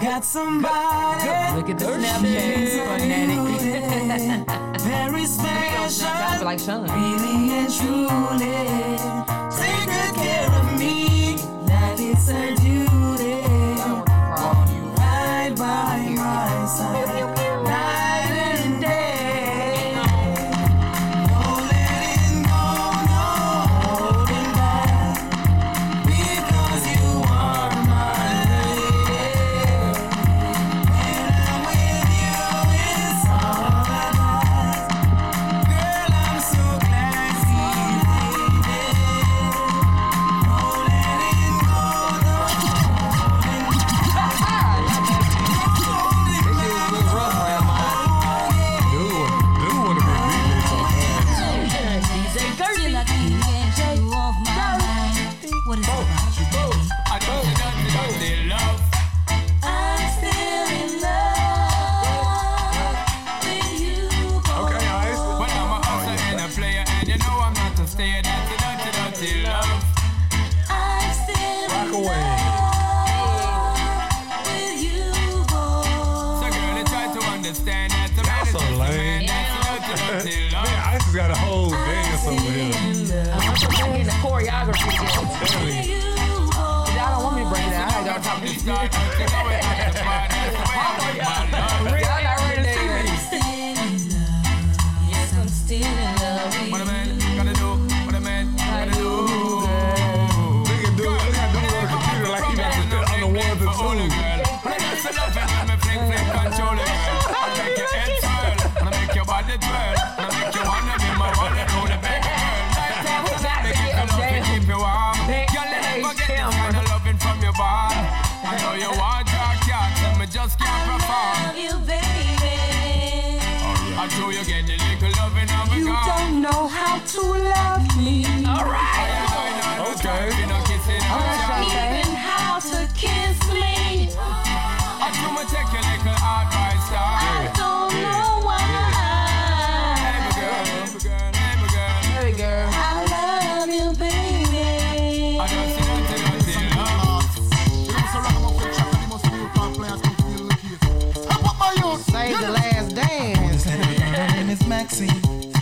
got somebody. Look at the Snapchat. Fanatic. Very we gonna special. shop like Sean. Really and truly. Take good care of me. That it's our duty. Want you right by my side. Night and day. No letting go, no holding back. Because you are my lady. When I'm with you, it's all I got. Girl, I'm so glad you made it. No letting go, no holding back. No holding This shit was a little rough around my Dude, dude would have been remixed on that. Feel like you can't get you off my mind. What is it about you? I told you nothing about their love. I'm still in love with you. Okay, guys. But I'm a hustler and a player, and you know I'm not a stayer. That's a dirty, dirty love. I'm still in Rock away. love with you, boy. So, girl, they try to understand that the man That's is just so a man. lame. That's a dirty, dirty Man, love. I just got a whole dance over here. I'm getting the choreography. down. Really. You, boy. Y'all don't want me to break it down. I gotta talk to You you. start to go and have the fun. That's the way I do my love. Y'all not ready to see me. Yes, I'm still in love with What a man gotta do, what a man gotta do. Look at dude, look at dude on the computer like he about to on the ones For all the and twos. girl. When I dance enough and let me fling, fling, control it, girl. I make your head twirl, I make your body twirl, I make you wanna be my one and only baby girl. Like that, Who's I that? make you Yeah, love and damn. keep you warm. Big Girl, you never face get this camera. kind of loving from your bond. I know you want your cat, and me just can't perform. love you, Oh, baby. I know you get the little loving of a girl. know how to love me. Okay. Okay. Even how to kiss me. I do my take your little advice, I dog. don't know why. Hey, my girl, hey, my girl, hey, my girl. Hey, girl. I love you, baby. I don't see nothing, I see love. Save the last dance. Her name is Maxine.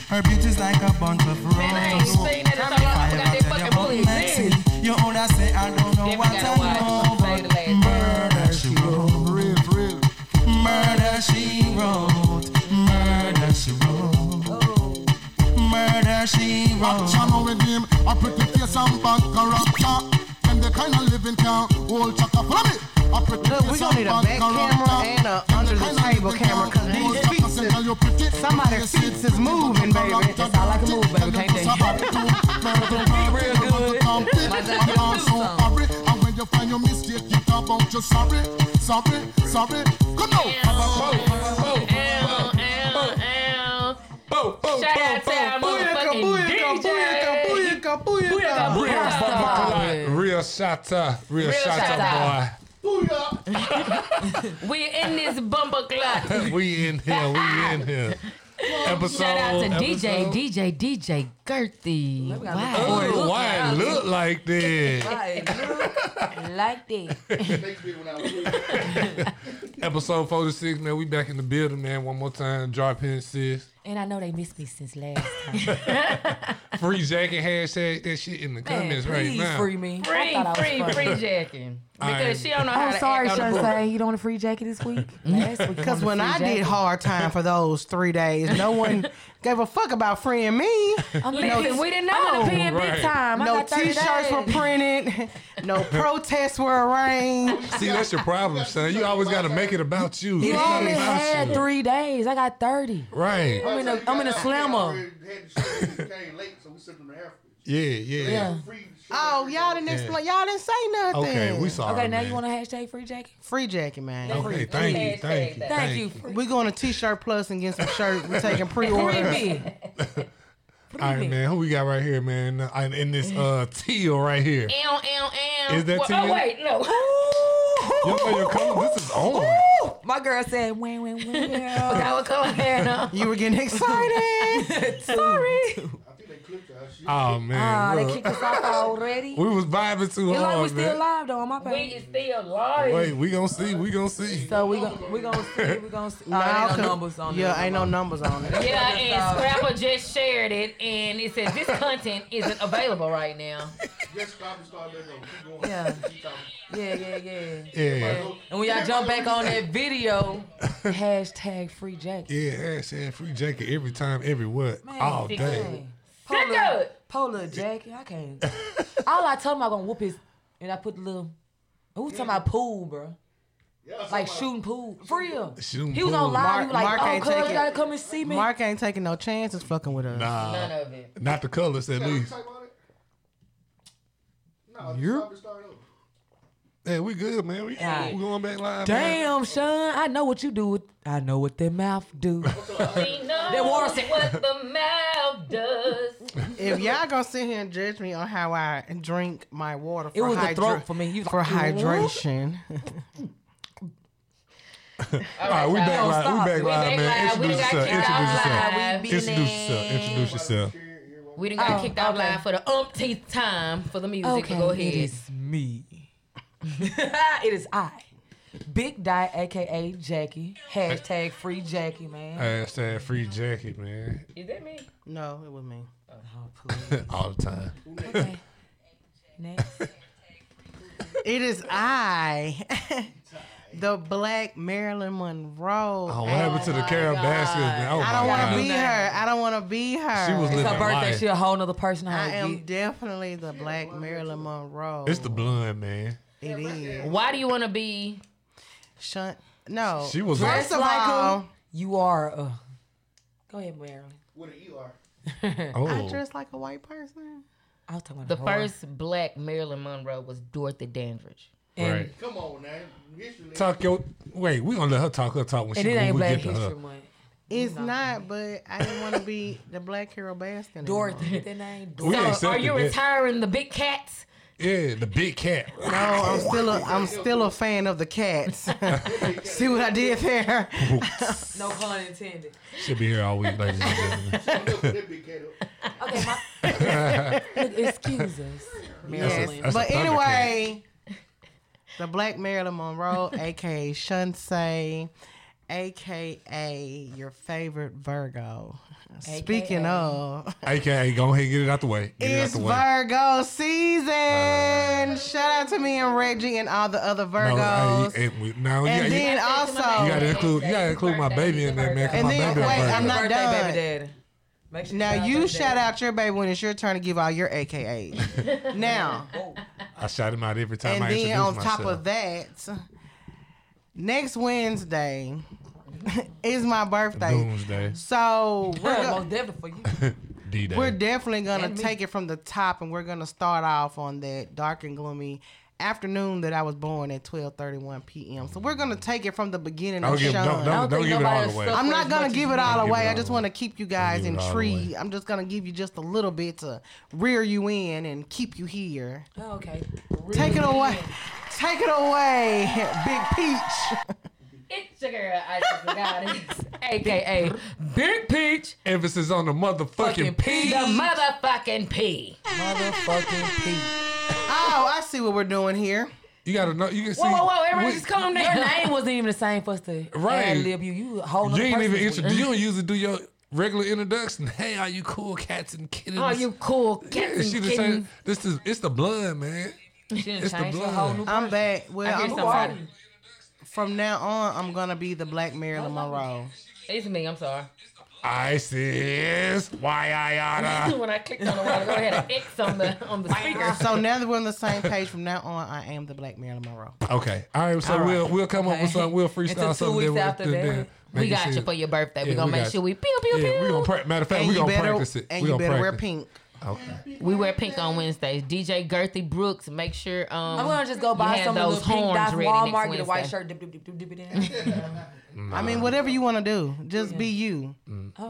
Her beauty's like a bunch of ain't roses. seen that. It's all I forgot they fucking bullies. Maxine, your owner say I don't know Then we what gotta I watch know, Say the but Last murder she wrote, murder she wrote, murder she wrote, Oh. murder she wrote. Channel with him, a pretty face and bad character. Them the kind of living can hold chaka. Follow me. A pretty Look, we face gonna need a and back bad camera character. and a Them the under the kind of table living camera, 'cause can hold these chaka. feet Say, is- "Girl, you pretty." somebody's Yes, feet is pretty moving, chaka, baby. That's all I can move, baby. Tell Can't them dance. to stop it, too. Murder, murder, Real you want to good. compete, Like that and I'm Yahoo so song. sorry. And when you find your mistake, you talk about your sorry, sorry, sorry. Come on. Have a vote. Ow, ow, ow. Boom, boom, Shout out to our motherfucking DJ. booyaka, booyaka, Booyaka, Real booyaka. shot real shot real shot boy. We're in this bumper clock. We in here, we in here. Episode. Shout out to DJ, episode- DJ, DJ Gertie. Wow. Oh, why it look like that? Like that. Episode 46, man. We back in the building, man. One more time. Drop in, sis. And I know they missed me since last time. Free jacket hashtag that shit in the comments right Please now. free me. Free, free, free jacking. Because she don't know how I'm to sorry, act on the Shantae. You don't want a free jacket this week? Last week. Because when I did hard time for those three days, no one gave a fuck about freeing me. I'm Listen, we didn't I'm know. gonna pay Right. big time. Um, I No got 30 t-shirts were days. printed. No protests were arranged. See, that's your problem, son. You always got to make it about you. You It's not only about had you. three days. I got 30. Right. I'm in a, I'm in a slammer. Yeah, yeah. Yeah. Oh, y'all didn't explain. Y'all didn't say nothing. Okay, we sorry. Okay, now you want to. to hashtag free jacket? free jacket, man. Okay, thank you, thank you. Thank you. We're going to T-shirt plus and get some shirts. We're taking Free pre-orders. me. All right, man. Who we got right here, man? And in this uh teal right here. Ow, ow, ow. Is that well, to you? Oh, wait, no. Your your color, this is on. My girl said, win, win, win. um, I was coming here. You were getting excited. Sorry. Oh Ah, man, they look. kicked us off already. we was vibing too It's like we hard, still man. live though on my We page. is still alive. Wait, we gonna see. We gonna see. So we gon' we gonna see we gonna see. No, Nah, there ain't okay. no numbers on Yeah, there. ain't no numbers on it. Yeah, and Scrapper just shared it, and it says this content isn't available right now. Yeah. yeah, yeah, yeah. Yeah, And when y'all jump back on that video, hashtag free Jackie. yeah. Hashtag free jacket every time, every what, Man, all sick day. man. Sit Polar, up. polar Jackie, I can't. All I told him I gonna whoop his, and I put the little. Who was talking about pool, bro? like shooting pool, for real. Shooting he was pool. on live. he was like, Mark- Mark "Oh, ain't cuz take you it. gotta come and see me." Mark ain't taking no chances fucking with us. Nah, None of it. not the colors at least. You're. Hey, we good, man. We, Yeah. we going back live. man. Damn, Sean, I know what you do. With, I know what their mouth do. We know That water sick. what the mouth does. If y'all gonna sit here and judge me on how I drink my water, for It was the hydra- throat for me. You was for like, "Ooh." hydration. All right, we back Don't live. stop. We back We live, man. back live. We Introduce got yourself. Introduce kicked out yourself. live. We Introduce yourself. Introduce yourself. We done got Oh, kicked out okay. live for the umpteenth time for the music. Okay, but go it ahead. is me. it is I, Big Di, aka Jackie. Hashtag free Jackie, man. Hashtag free jacket, man. Is that me? no, it was me. Oh, please. All the time. Okay. Next. It is I, the Black Marilyn Monroe. Oh, what happened to the Carol Baskin? Man? Oh, I don't my want God. to be her. I don't want to be her. She was It's living her birthday. life. She a whole nother person. I I am definitely the Black Marilyn Monroe. It's the blonde, man. it is. Why do you want to be? Shunt. No. She was like, First of all, You are. Uh, go ahead, Marilyn. With an ER. I oh, dress like a white person. I was talking about The her. first black Marilyn Monroe was Dorothy Dandridge. And, right. Come on now. History. Talk your wait. We gonna let her talk her talk when and she it when ain't we Black get to her. History Month. It's not, but I didn't want to be the Black Carol Baskin. anymore. Dorothy. Get that name. We So, are accepted you that. retiring the big cats? Yeah, the big cat. No, Oh, I'm still a, I'm still a fan of the cats. See what I did there? No pun intended. She'll be here all week, ladies and gentlemen. Okay, my, Look, excuse Yes. us, Marilyn. That's a but Thundercat. anyway, the Black Marilyn Monroe, aka Shunsei, aka your favorite Virgo. Speaking AKA. of, AKA, go ahead and get it out the way. Get it's it out Virgo season. Shout out to me and Reggie and all the other the way. Virgos. Uh, Oh, hey, and we, now you, and got- you- then also, you gotta include you gotta include my baby in there, man. 'cause And my then- baby wait, a I'm Virgo. not Birthday, done. baby daddy. Make sure Now you baby shout daddy. out your baby when it's your turn to give out your AKAs. now, I shout him out every time and I then introduce on myself. top of that, next Wednesday is my birthday. Doomsday, So we're, Yeah, go- most definitely for you. D Day. we're definitely gonna And me. take it from the top, and we're gonna start off on that dark and gloomy afternoon that I was born at 12:31 p.m. So we're gonna take it from the beginning Don't of give, Sean. don't, don't, don't think give it all nobody away. stuck- I'm not as gonna much give as it all Don't give away. it I all just away. want to keep you give guys it all intrigued. away. I'm just gonna give you just a little bit to rear you in and keep you here. Oh, okay. Take it away. Take it away, Big Peach. It's your girl, Isis Goddess, aka Big Peach, Emphasis on the motherfucking Fucking P. the motherfucking P. Motherfucking Pete. Oh, I see what we're doing here. You gotta know. You can see. Whoa, whoa, whoa! Everybody we- just calm Your down. name wasn't even the same for us to Right. ad lib you. You a whole You nother ain't person. even this week. introduce. Mm-hmm. You don't usually do your regular introduction. Hey, are you cool cats and kittens? Are Oh, you cool Yeah, cats she and the kittens? same. This is it's the blood, man. It's the blood. I'm back. Well, I hear I'm somebody. from now on, I'm gonna be the Black Marilyn Monroe. It's me. I'm sorry. ISIS. Why I oughta. when I clicked on the wall, go ahead and X on the on the speaker. So now that we're on the same page, from now on, I am the Black Marilyn Monroe. Okay. All right. So All right. we'll we'll come up with Okay. something. We'll Until freestyle two something. weeks we'll- after then that. we'll make We it got you seem- for your birthday. Yeah, We're gonna we make got sure you. we pew pew Yeah, we gonna pew. pra- matter of fact, And we you gonna better practice it. and we you gonna better wear practice. pink. Okay. We wear pink on Wednesdays. DJ Gerthy Brooks, make sure um I'm gonna just go you buy have some of those those pink horns dots ready Walmart, next get a white Wednesday. shirt, dip, dip, dip, dip, dip it in. I mean, whatever you wanna do, just be you.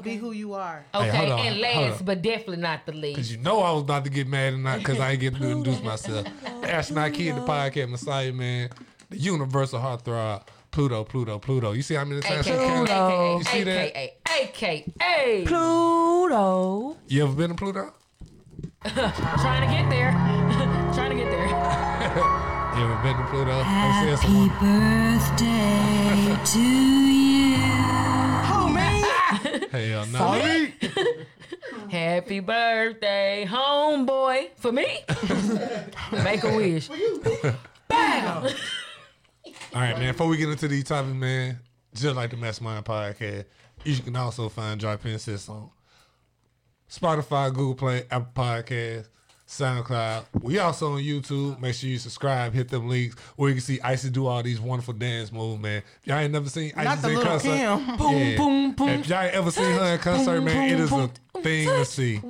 Be who you are. Okay, Hey, hold on, and hold last on. but definitely not the Cause least. you know I was about to get mad and not because I ain't get to introduce myself. Ash Nike, the podcast Messiah man, the universal heartthrob, Pluto, Pluto, Pluto. You see how many times she counted? AKA, You see that? AKA, AKA, Pluto. You ever been to Pluto? Trying to get there. Trying to get there. You ever been to Pluto? I'm saying Happy someone. birthday to you. Who me? Hell no. Happy birthday, homeboy. For me? Make a wish. All right, man. Before we get into these topics, man, just like the Mastermind Podcast, you can also find Joy Princess on Spotify, Google Play, Apple Podcasts, SoundCloud. We also on YouTube. Make sure you subscribe, hit them links, where you can see Icy do all these wonderful dance moves, man. If y'all ain't never seen Icy Not the in little concert. Kim. yeah. boom, boom. If y'all ain't ever seen her in concert, man, it is a thing to see.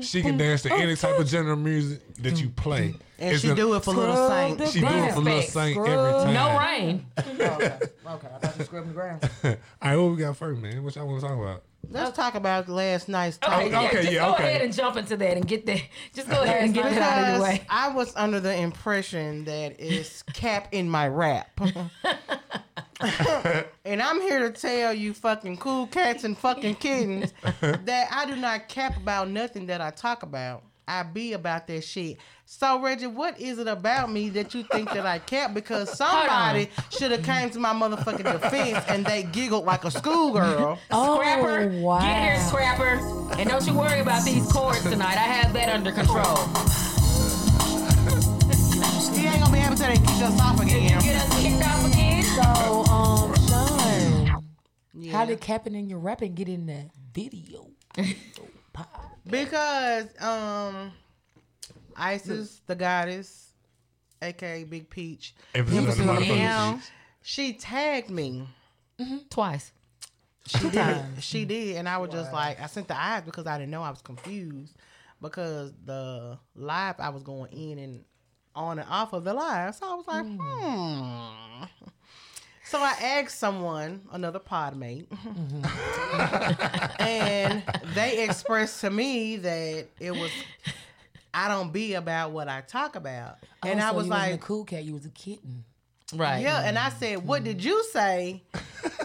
She can dance to any type of genre of music that you play. Oh, And It's she a- do it for little Scrub saint. the She do it for Lil Respect. Saint every time. No rain. Oh, Okay, okay. I thought you scrubbing the ground. All right, what we got first, man? What y'all want to talk about? Let's talk about last night's topic. Okay, yeah, okay, just yeah, go okay. ahead and jump into that and get that. Just go ahead and get that out of the Because way. I was under the impression that it's cap in my rap. and I'm here to tell you fucking cool cats and fucking kittens that I do not cap about nothing that I talk about. I be about that shit. So Reggie, what is it about me that you think that I cap? Because somebody should have came to my motherfucking defense and they giggled like a schoolgirl. Um, Oh, Scrapper, get here, Scrapper. And don't you worry about these chords tonight. I have that under control. He ain't gonna be able to kick us off again. Get us kicked off again. So, um, Sean, Yeah. how did capping in your rapping get in that video? Because um Isis, the goddess, aka Big Peach, Emphasis on the motherfucking now sheets. she tagged me. Twice. She did. She did, and I was just like, I sent the eyes because I didn't know I was confused because the live I was going in and on and off of the live, so I was like, hmm. So I asked someone, another pod mate, and they expressed to me that it was. I don't be about what I talk about, and Oh, I so was you like, wasn't a cool cat, you was a kitten. Right. yeah, and I said, "What did you say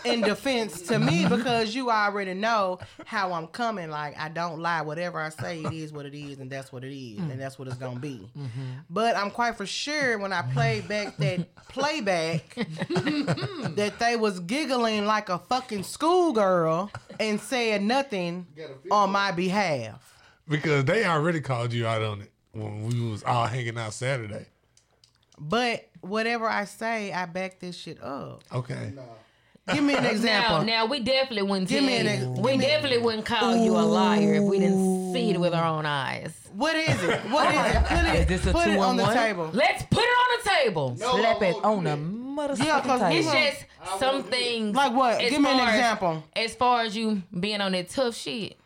in defense to me? Because you already know how I'm coming. Like I don't lie. Whatever I say, it is what it is, and that's what it is, and that's what it's gonna be. Mm-hmm. But I'm quite for sure when I played back that playback that they was giggling like a fucking schoolgirl and said nothing on my behalf. Because they already called you out on it when we was all hanging out Saturday. But whatever I say, I back this shit up. Okay. Give me an example. Now, now we definitely wouldn't Give me tell an you- ex- we definitely wouldn't call you a liar if we didn't see it with our own eyes. What is it? What is it? Put it, Is this a put it on the two-on-one? table. Let's put it on the table. Slap it on the motherfucking Yeah, 'cause we table. It's won't- just some things. Like what? as Give me an far as- example. As far as you being on that tough shit,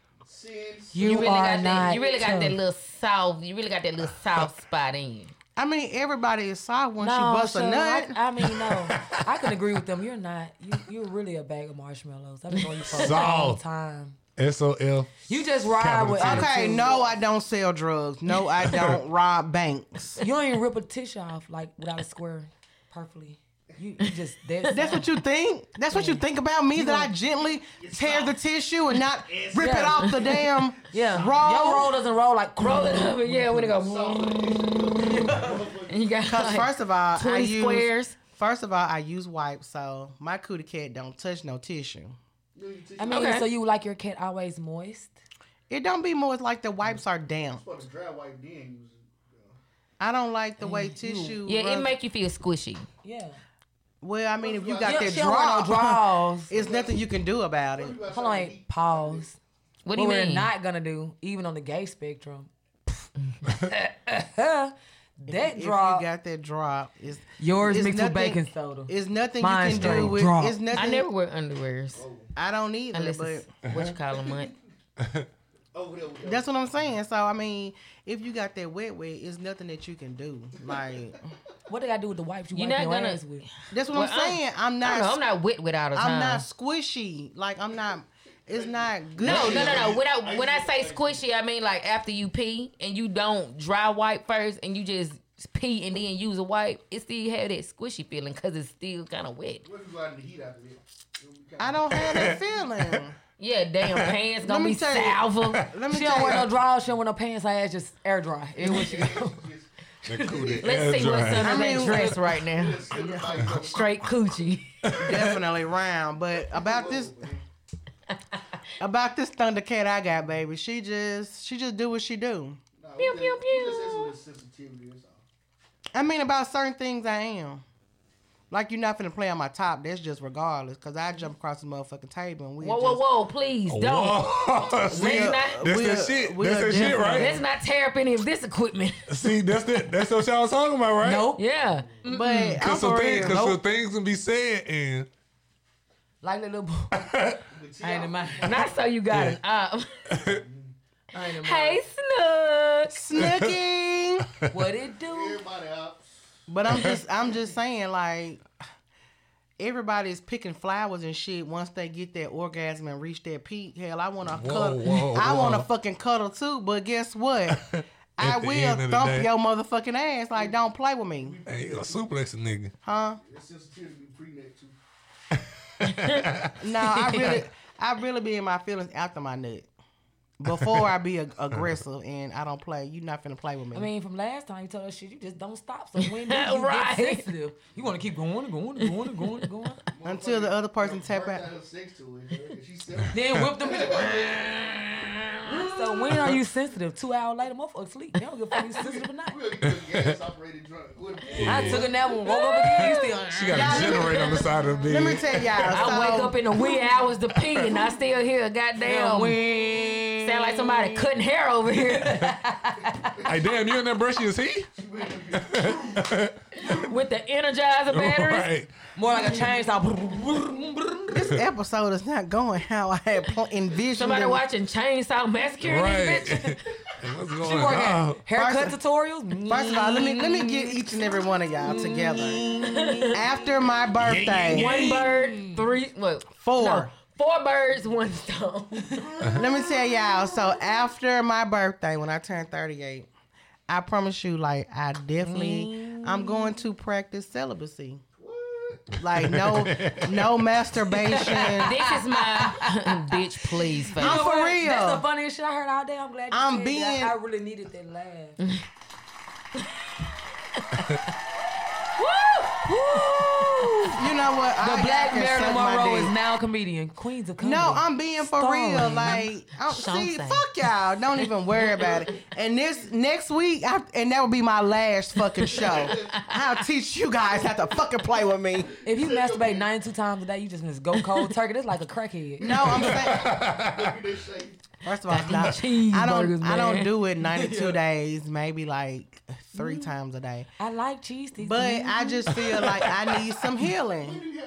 you you, really are got not. that. You really got that tough. little south. You really got that little south spot in you. I mean, everybody is soft once No, you bust so a nut. I, I mean, no, I can agree with them. You're not. You, you're really a bag of marshmallows. I've been on you for a long Solved. time. SOL. You just ride Capital with. T. okay, attitude. no, I don't sell drugs. No, I don't rob banks. You don't even rip a tissue off like without a square, perfectly. You, you just that's, That's what you think? That's what you think about me? That I gently tear the tissue and not rip it off the damn yeah. Your roll? roll doesn't roll like Roll it up, and yeah, when it go. and you got Because like Uh, first of all, I twenty use squares. first of all I use wipes, so my cootie cat don't touch no tissue. I mean, so you like your cat always moist? It don't be moist like the wipes are damp. I don't like the way tissue. Yeah, it rubs- make you feel squishy. Yeah. Well, I mean, if you got yeah that she don't wear draw, no draws. it's nothing you can do about it. Hold on, wait, pause. What do What you we're mean? not gonna do, even on the gay spectrum. that If draw you got that drop, it's yours it's mixed with nothing- baking soda. It's nothing Mine you can do straight with. drop. It's nothing. I never wear underwears I don't either. unless Oh, But it's what you call them. Like, that's what I'm saying. So I mean, if you got that wet wet, it's nothing that you can do. Like What did I do with the wipes you You're wipe your not gonna- ass with? that's what Well, I'm I'm- saying. I'm I not. don't know. I'm not wet without a time. I'm not squishy. Like I'm not. It's not good. No, no, no, no. When I when I say squishy, I mean like after you pee and you don't dry wipe first and you just pee and then use a wipe, it still have that squishy feeling because it's still kind of wet. I don't have that feeling. Yeah, damn pants gonna me be tell you- salva. Let me She tell don't you. wear no drawers. She don't wear no pants. Her ass just air dry. It was That cootie air Let's see what's dry. under I that mean- dress right now. Straight coochie. definitely round. But about this, about this Thundercat I got, baby. She just, she just do what she do. pew pew pew. I mean, about certain things, I am. Like you're not finna play on my top. That's just regardless, cause I jump across the motherfucking table and we. Whoa just, whoa whoa! Please don't. Whoa. See, Let's not- that's we that are- shit. we That's are that shit, different. right? Let's not tear up any of this equipment. See, that's that. That's what y'all was talking about, right? nope. Yeah. But I'm Cause some for things, real. cause some Nope. things can be said, and Like the little boy. I ain't in mind. Not so you got it. Um, hey Snooks. Snooking. What it do? But I'm just I'm just saying like everybody's picking flowers and shit once they get that orgasm and reach that peak. Hell, I want to Whoa, cuddle. whoa, I whoa. want to fucking cuddle too. But guess what? I At the will end of the thump day- your motherfucking ass. Like don't play with me, hey, you a suplex a nigga. huh? No, I really I really be in my feelings after my nut. Before I be ag- aggressive and I don't play, you not finna play with me. I mean, from last time you told us shit, you just don't stop. So when do you Right. get sensitive? You want to keep going and going and going and going and going. Until the other person tap out. then whip them. so when are you sensitive? Two hours later, motherfucker sleep. They don't give a fuck if you sensitive or not. I took a nap and woke up again. You still. She got a generator on the side of the Let me bed. tell y'all. I wake so- up in the wee hours to pee, and I still hear a goddamn. Sound like somebody cutting hair over here Hey, damn, you in that brushy as he? with the Energizer batteries. Right. More like a chainsaw. This episode is not going how I had pl- envisioned. Somebody it. watching Chainsaw Massacre in Right. this bitch. Hey, What's going She working on? haircut First- tutorials. First of all, let me let me get each and every one of y'all together. After my birthday, One bird, three, what? Four. no, four birds, one stone. let me tell y'all. So after my birthday, when I turned 38, I promise you, like I definitely, I'm going to practice celibacy. Like no, no masturbation. this is my bitch, please. Face. I'm for That's the real. funniest shit I heard all day. I'm glad you I'm said being- that. I really needed that laugh. You know what? The I Black Marilyn Monroe is not. now a comedian. Queens of comedy. No, I'm being for real. Starring. Like, I don't, see, Something. fuck y'all. Don't even worry about it. And this next week, I, and that will be my last fucking show. I'll teach you guys how to fucking play with me. If you masturbate 92 times a day, you just go cold turkey. That's like a crackhead. No, I'm saying. First of all, stop. I cheeseburgers, don't. I man. don't do it 92 days. Maybe like three times a day. I like cheese sticks. But I just feel like I need some healing.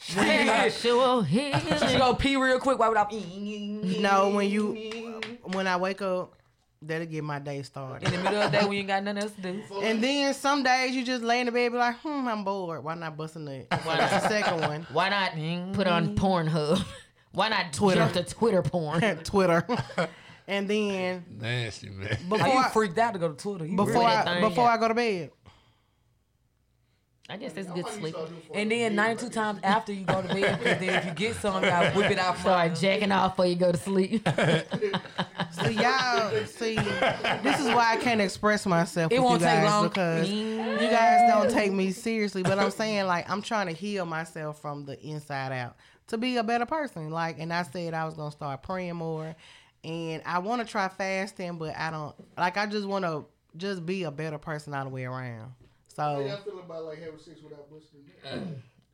Sexual healing. you go pee real quick. Why would I? In No, when you, when I wake up, that'll get my day started. the middle of the day when you ain't got nothing else to do. And then some days you just lay in the bed, be like, hmm, I'm bored. Why not bust a nut? That's the second one. Why not put on Pornhub? Why not Twitter. Twitter. jump to Twitter porn? Twitter. and then Nasty man. before Are you I, freaked out to go to Twitter? You before really- that I, thing before I at? go to bed, I guess that's good sleep. and then 92 times after you go to bed, 'cause then if you get some, you gotta whip it out. front. Start jacking off before you go to sleep. see y'all. See, this is why I can't express myself. It with won't you take guys long. Mm. because you guys don't take me seriously. But I'm saying like I'm trying to heal myself from the inside out to be a better person. Like, and I said I was gonna start praying more, and I want to try fasting, but I don't like. I just want to just be a better person all the way around. So.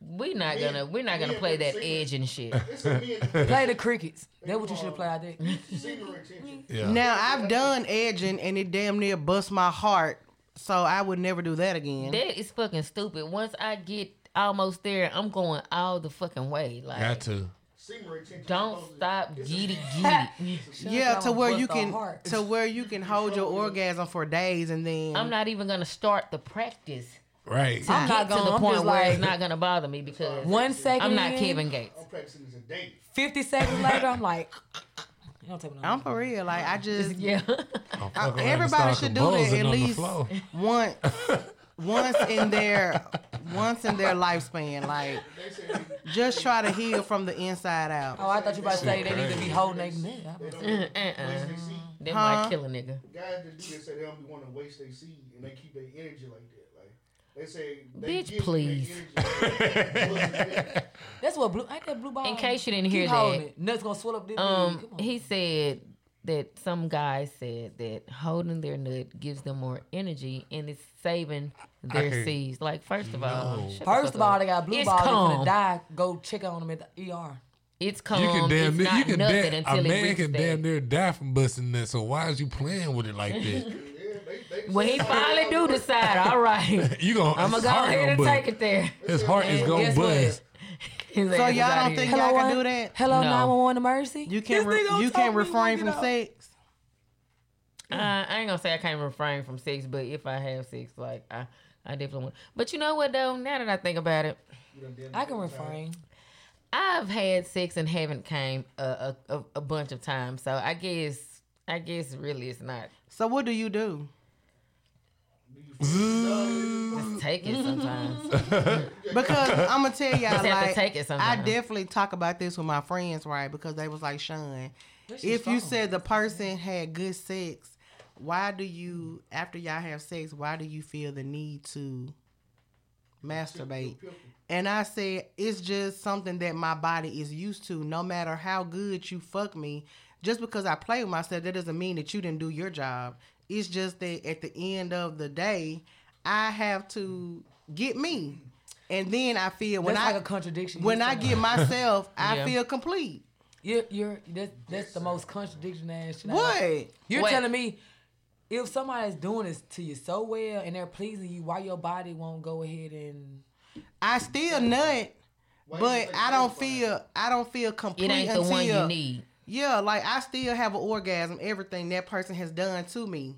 we not gonna we not gonna play that edge and shit. Play the crickets. That's what you should have played. out there. Yeah. Now I've done edging and it damn near bust my heart, so I would never do that again. That is fucking stupid. Once I get almost there, I'm going all the fucking way. Like Got to. don't stop giddy giddy. yeah, to That where one you bust the can heart. to where you can hold your orgasm for days and then I'm not even gonna start the practice. Right. I'm not to going the point just where like, it's not gonna bother me because One second. I'm not in, Kevin Gates. 50 seconds later, I'm like, you don't take me no I'm for real. Like I just Yeah. I'm fucking around and everybody start should do that composing at on the least floor. once once in their once in their lifespan. Like, just try to heal from the inside out. Oh, I thought you about to say they need to be holding their man. Uh-uh. They Huh? might kill a nigga. Guys that do this say they don't be wanting to waste their seed and they keep their energy like that. Like they say, they Bitch, give their please. energy like that. That's what blue. Ain't that blue ball? In case you didn't hear Keep holding that, it. Nuts gonna swell up this. um, big. Come on. he said that some guy said that holding their nut gives them more energy and it's saving their can't- seeds. Like, first of all, shut the First fuck of all, up. they got blue It's ball. They calm. finna die. Go check on them at the ER. it's calm. You can damn it's near, not you can nothing damn, until a it man reaches can that. damn near die from busting that. So why is you playing with it like that? When he finally do decide, all right, you gonna I'm gonna his go heart ahead and gonna take it there. bust. His heart is And gonna guess what? bust. His So ass is outta y'all don't here. think Hello, y'all can one- do that? Hello, No. 911 to Mercy. You can't. This Re- nigga gonna you talk can't me, refrain gonna from get out. sex. Uh, I ain't gonna say I can't refrain from sex, but if I have sex, like I, I definitely want. But you know what though? Now that I think about it, I can refrain. I've had sex and haven't came a a, a, a bunch of times, so I guess I guess really it's not So what do you do? just take it sometimes. Because I'm gonna tell y'all, Just have to like, take it I sometime. definitely talk about this with my friends, right? Because they was like, Sean, if you said the person had good sex, why do you, after y'all have sex, why do you feel the need to masturbate? And I said, it's just something that my body is used to. No matter how good you fuck me, just because I play with myself, that doesn't mean that you didn't do your job. It's just that at the end of the day, I have to get me. And then I feel when That's I like a contradiction. when You I said. get myself, I Yeah. feel complete. You're, you're that's, that's the most contradiction ass shit. I know. What? You're What? telling me if somebody's doing this to you so well and they're pleasing you, why your body won't go ahead and I still nut, but I don't feel I don't feel complete It ain't the until one you need. yeah, like I still have an orgasm. Everything that person has done to me,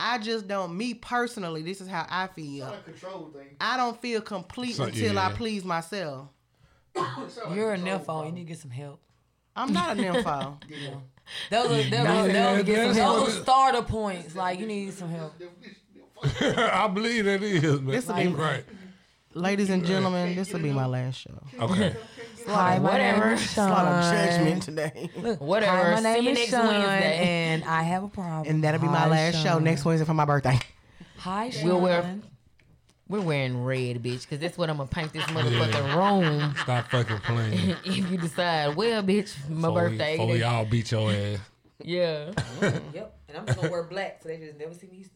I just don't. Me personally, this is how I feel. Control thing. I don't feel complete So- until I yeah. please myself. you're a nympho, you need to get some help. I'm not a nympho. Those are, those are, Yeah, those are, get that's some- those what are it- starter points. Like you need some help. I believe that is, man. This will be- You right. Ladies and gentlemen, this will be my last show. Okay. Hi, my Whatever. name is Sean. today, Whatever. Hi, my See name you is next Sean, Wednesday. and I have a problem. and that'll be my Hi, last show Sean. next Wednesday for my birthday. Hi, Sean. We'll wear- We're wearing red, bitch, because that's what I'm gonna paint this motherfucking room. Stop fucking playing. If you decide, well, bitch, my Before we- birthday. Before y'all beat your ass. Yeah. Yep, and I'm just gonna wear black so they just never see me.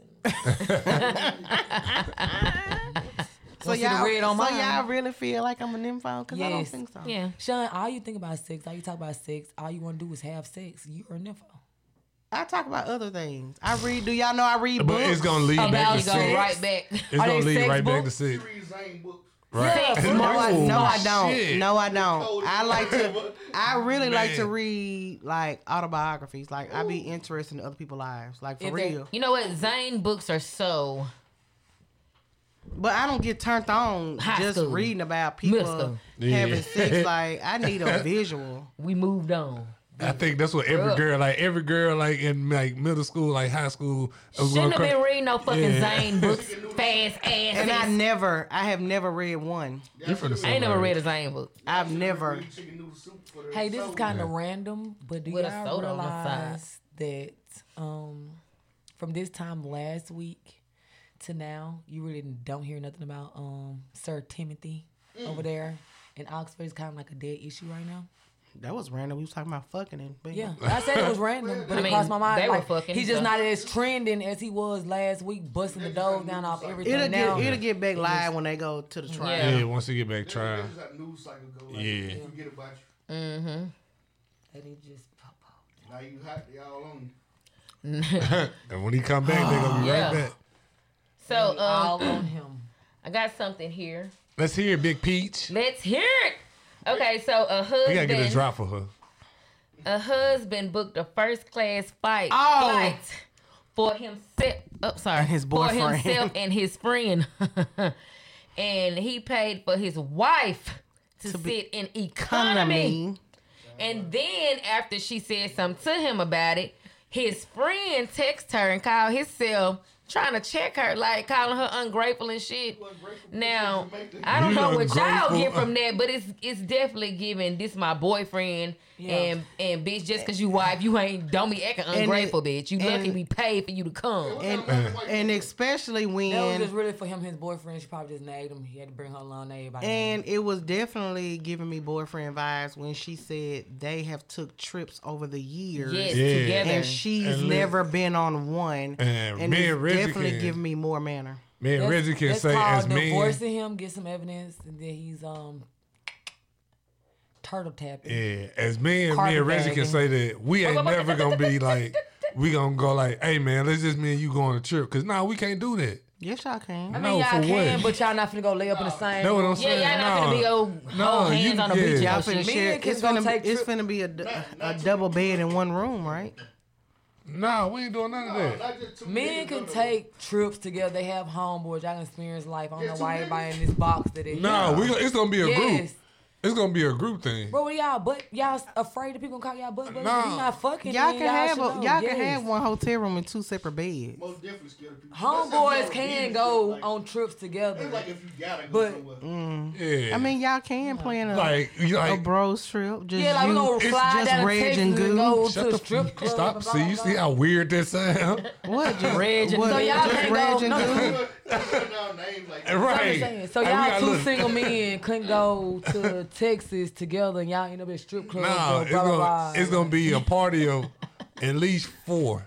So see the y'all, red on so mine. y'all really feel like I'm a nympho? Because I don't Yes. think so. Yeah. Sean, all you think about is sex, all you talk about is sex, all you want to do is have sex. You are a nympho. I talk about other things. I read. Do y'all know I read But books? it's gonna lead back About to to go six. right back. It's Are gonna they lead sex right back to books? six. Read Zane books. Right. Sex No, I, no, I Oh, don't. shit. No, I don't. I like to. I really like to Man. read like autobiographies. Like I be interested in other people's lives. Like for If they- real. You know what? Zane books are so But I don't get turned on High just school. reading about Middle people school. having Yeah. sex. Like I need a visual. we moved on. I think that's what every girl, like every girl, like in like middle school, like high school, was Shouldn't have gonna been cra- reading no fucking Yeah. Zane books. Fast And I ass. never. I have never read one. You finna I say ain't never that. read a Zane book. I've never. Chicken noodle soup for the Hey, this is kind of random, but do With a y'all soda on the side. realize that um, from this time last week to now, you really don't hear nothing about um, Sir Timothy Mm. over there in Oxford. It's kind of like a dead issue right now. That was random. We was talking about fucking and being- Yeah, I said it was random, but I it mean, crossed my mind. they were like, fucking, he's just so. not as trending as he was last week, busting the dogs down off everything. It'll now, get it'll get back live when they go to the trial. Yeah. Yeah, once you get back trying. This is how the news cycle go. Like, Yeah. Forget about you. and it just pop out. Now you hot. Y'all on you. And when he come back, they gonna be Yeah. right back. So um, all on him. I got something here. Let's hear it, Big Peach. Let's hear it. Okay, so a We gotta get a husband, drop for her. a husband booked a first class flight, Oh. flight for himself. Oh, sorry, And his for boyfriend. himself and his friend, and he paid for his wife to, sit in economy. Economy. And then after she said something to him about it, his friend texted her and called himself trying to check her, like calling her ungrateful and shit. Now, I You don't know what y'all ungrateful. get from that, but it's it's definitely giving this my boyfriend Yeah. and and bitch just cause you wife you ain't don't be acting it- ungrateful, bitch. You lucky and- we paid for you to come. And, and especially That was when just really for him, his boyfriend. She probably just nagged him. He had to bring her along to everybody. and it was definitely giving me boyfriend vibes when she said they have took trips over the years. yes, Yeah. together. And she's And li- never been on one. And and me it's and Reggie definitely can- giving me more manner. Me and That's- Reggie can that's say called as men. divorcing him, get some evidence, and then he's um turtle tapping. Yeah, as men, me and Carpet Reggie can bagging. say that we ain't never gonna be like we gonna go like, hey man, let's just me and you go on a trip. Cause nah, we can't do that. Yes, y'all can. I No, mean, for y'all can, what? but y'all not finna go lay up in the same. That's what I'm saying. y'all not nah. finna be old- Nah, old you- hands on the beach, yeah. Y'all y'all finna Me share. and Chris It's gonna finna, take it's tri- finna be a, du- a double bed in one room, right? Nah, we ain't doing none of that. Men can take trips together. They have homeboys. Y'all can experience life. I don't know why everybody in this box that is. Nah, we go, it's gonna be a group. Yes. It's gonna be a group thing. Bro, what y'all but y'all afraid of people gonna call y'all butt buddies? Nah. We not fucking. Y'all then. can have a, should y'all know. can Yes. have one hotel room and two separate beds. Most definitely scared people. Homeboys can go like, on trips together. It's like if you gotta go But- somewhere. Mm. Yeah. I mean, y'all can plan a, like, you a like bros trip. Just yeah, like we you- gonna fly just down to Reg Texas and and, Goo. go shut to the a strip club. stop. and blah, See, you blah, see blah. how weird that sound? What? Just Reg and what, Goo. So y'all just can't Reg go- and no, Goo? Put- put down names like that. I'm right. just saying. So Hey, we y'all gotta two look. single men couldn't go to Texas together, and y'all end up at strip clubs. Nah, or it's blah, blah, blah. gonna, it's gonna be a party of at least four.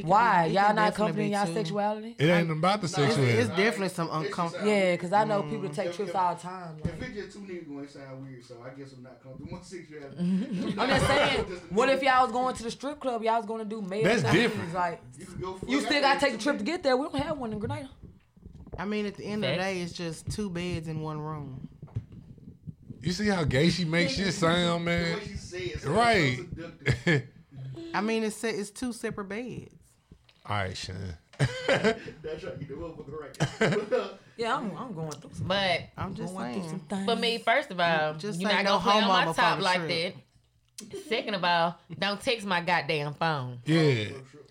Why It can y'all not definitely confident in be y'all two. sexuality? It ain't about the It's, sexuality. it's definitely some uncomfortable. Yeah, cause I know people Mm, take trips all the time. like- If it's just two niggas going, it sound weird. So I guess I'm not comfortable. One six year I'm just saying, what if y'all was going to the strip club? Y'all was going to do male That's things. different. Like You, can go you fuck. still I gotta got take the two trip to get there. We don't have one in Grenada. I mean, at the end of the Facts. day, it's just two beds in one room. you see how gay she makes shit sound, niggas. The man? way she said it, so Right. seductive. I mean, it's se- it's two separate beds. All right, Sean. That's right. You the motherfucker right. But, uh, Yeah, I'm, I'm going through some, But I'm just going through some saying. things. for me, first of all, Just you're say not no gonna play on homo my before top the like trip. that. Second of all, don't text my goddamn phone. Yeah.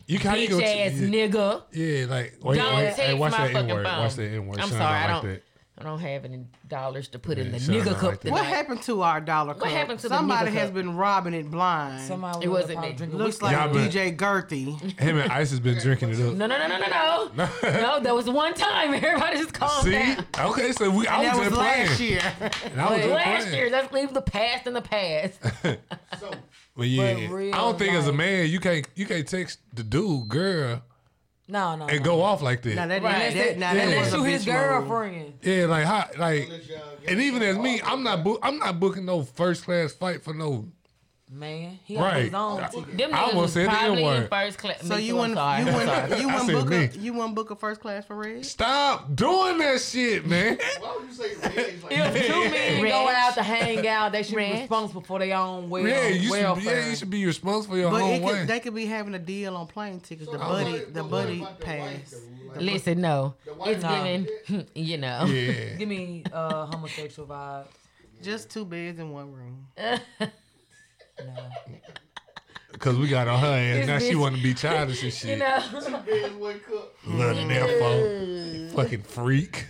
You how you Bitch go to- ass yeah, nigga. yeah, like wait, Don't wait, hey, text watch my that fucking N word. phone. Watch that N word. I'm Sean sorry, I don't like don't- that. I don't have any dollars to put in Yeah, the sound nigga like cup that. tonight. What happened to our dollar cup? What happened to the Somebody nigga has cup? been robbing it blind. Somebody It was wasn't probably me. drinking Looks whiskey. like Yeah, but- DJ Gerthy. Him and Ice has been drinking it up. No, no, no, no, no, no. no, that was one time. Everybody just calm See? down. Okay, so we I That was, was just playing. last year. And I was just Last playing. year, let's leave the past in the past. so But yeah, real I don't think as a life- man you can't you can't text the dude girl No, no. and no. go off like Now that. that, that, Right. that, now that Yeah. Unless was a you his bitch move. girlfriend. Yeah, like how like unless y'all- and even as me, I'm not bo- I'm not booking no first class flight for no Man, he on right. his own. ticket. Them I niggas almost was said the probably in N-word. first class. So you want wouldn't, you wouldn't, you I wouldn't said book me. a, you wouldn't book a first class for Red. Stop doing that shit, man. why would you say red? Like, If two men Reg. going out to hang out, they should Reg. be responsible for their own well, yeah, you should, be- welfare. yeah, you should be responsible for your But own it way. could, they could be having a deal on plane tickets. The But buddy, what- the but what buddy about the wife, pass. though? Like, Listen, no. wife- It's Nah. giving, you know. yeah. Give me uh, homosexual vibe. Just two beds in one room. Cause we got on her ass. This Now she bitch- want to be childish and shit. You know. two bears, one cup. Loving that phone. You Fucking freak.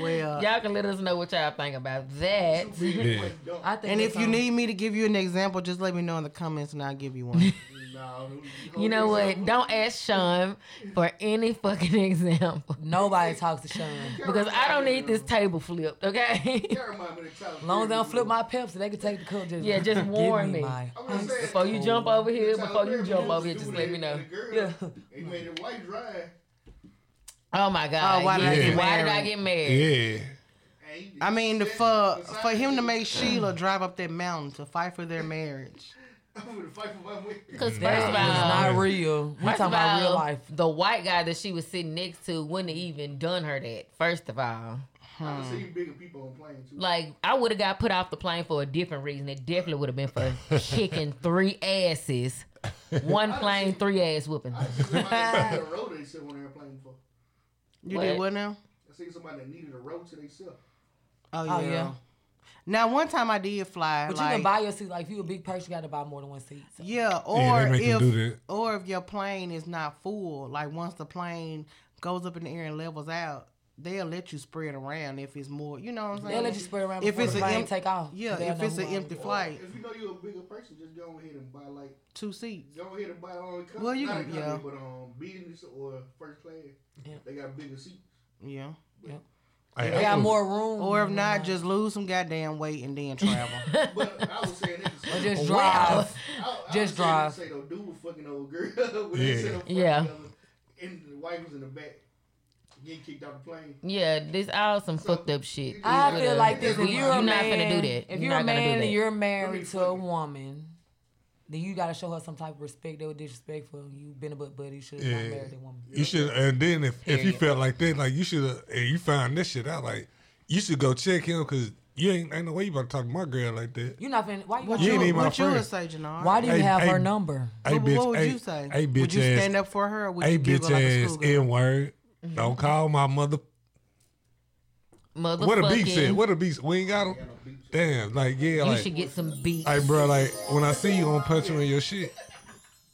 Well, Y'all can let us know what y'all think about that. yeah. I think and that's if you on- need me to give you an example, just let me know in the comments and I'll give you one. Nah, You know what? Don't ask Sean for any fucking example nobody talks to Sean. because I don't need this table flipped, okay? That remind me of the time. As long as they don't flip my Pepsi, they can take the cup. Just Yeah, just give warn me. my- I'm just saying, Before you jump over here, before you jump over here, just let me know. Yeah. He made it white dry. Oh my God. Oh, why did I yeah. get Why did married? I get married? Yeah. and he- I mean, the, for for him to make Sheila drive up that mountain to fight for their marriage. I'm gonna fight for my way. Because first That of was all, not real. We First talking of about real all, life. The white guy that she was sitting next to wouldn't have even done her that. First of all, Hmm. I've seen bigger people on planes too. like I would have got put off the plane for a different reason. It definitely would have been for kicking three asses, one plane, three ass whooping. Somebody that needed a road to themselves on an airplane before. You What? did what now? I seen somebody that needed a road to themselves. Oh yeah. yeah. Now, one time I did fly. But like, you can buy your seat. Like if you a big person, you gotta buy more than one seat. So. Yeah, or Yeah, they make them if do that. or if your plane is not full, like once the plane goes up in the air and levels out, they'll let you spread around if it's more. You know what I'm saying? They'll let you spread around If before it's the a plane em- take off. Yeah, They'll if know it's who an owned empty it. flight, Oh, If you know you're a bigger person, just go ahead and buy like two seats. go ahead and buy all the company. Well, you not can- economy, yeah. but um, business or first class, Yeah. they got bigger seats. Yeah. Hey, They I got was- more room. Or if not, just lose some goddamn weight and then travel. But I was saying that. Or just drive. Just drive. Say though, dude was fucking old girl. when Yeah. they set up front Yeah. together, And the wife was in the back, getting kicked out the plane. Yeah, this all some fucked up shit. I You feel gotta- like this. If you- you're a you not man, finna do that. if You you're a not gonna do man that. and you're married to a woman, then you gotta show her some type of respect. They were disrespectful. You been a butt buddy. You should have Yeah. not married a woman. You should, and then if, if you felt like that, like you should, have and you found this shit out, like you should go check him because you ain't ain't no way you about to talk to my girl like that. You're not finna. Why you? What gonna- ain't you, even my what you friend. would say, Janard? Why do you Hey, have hey. her number? Hey, What- bitch, what would hey, you say? Hey, bitch would you ass, stand up for her? Or would hey, you give bitch her like a ass, schoolgirl? n word. Mm-hmm. Don't call my mother. Motherfucking, What a beat said. What a beat. We ain't got him. Damn, like yeah, you like, should get some beats. like bro, like when I see you, I'm punch you in your shit.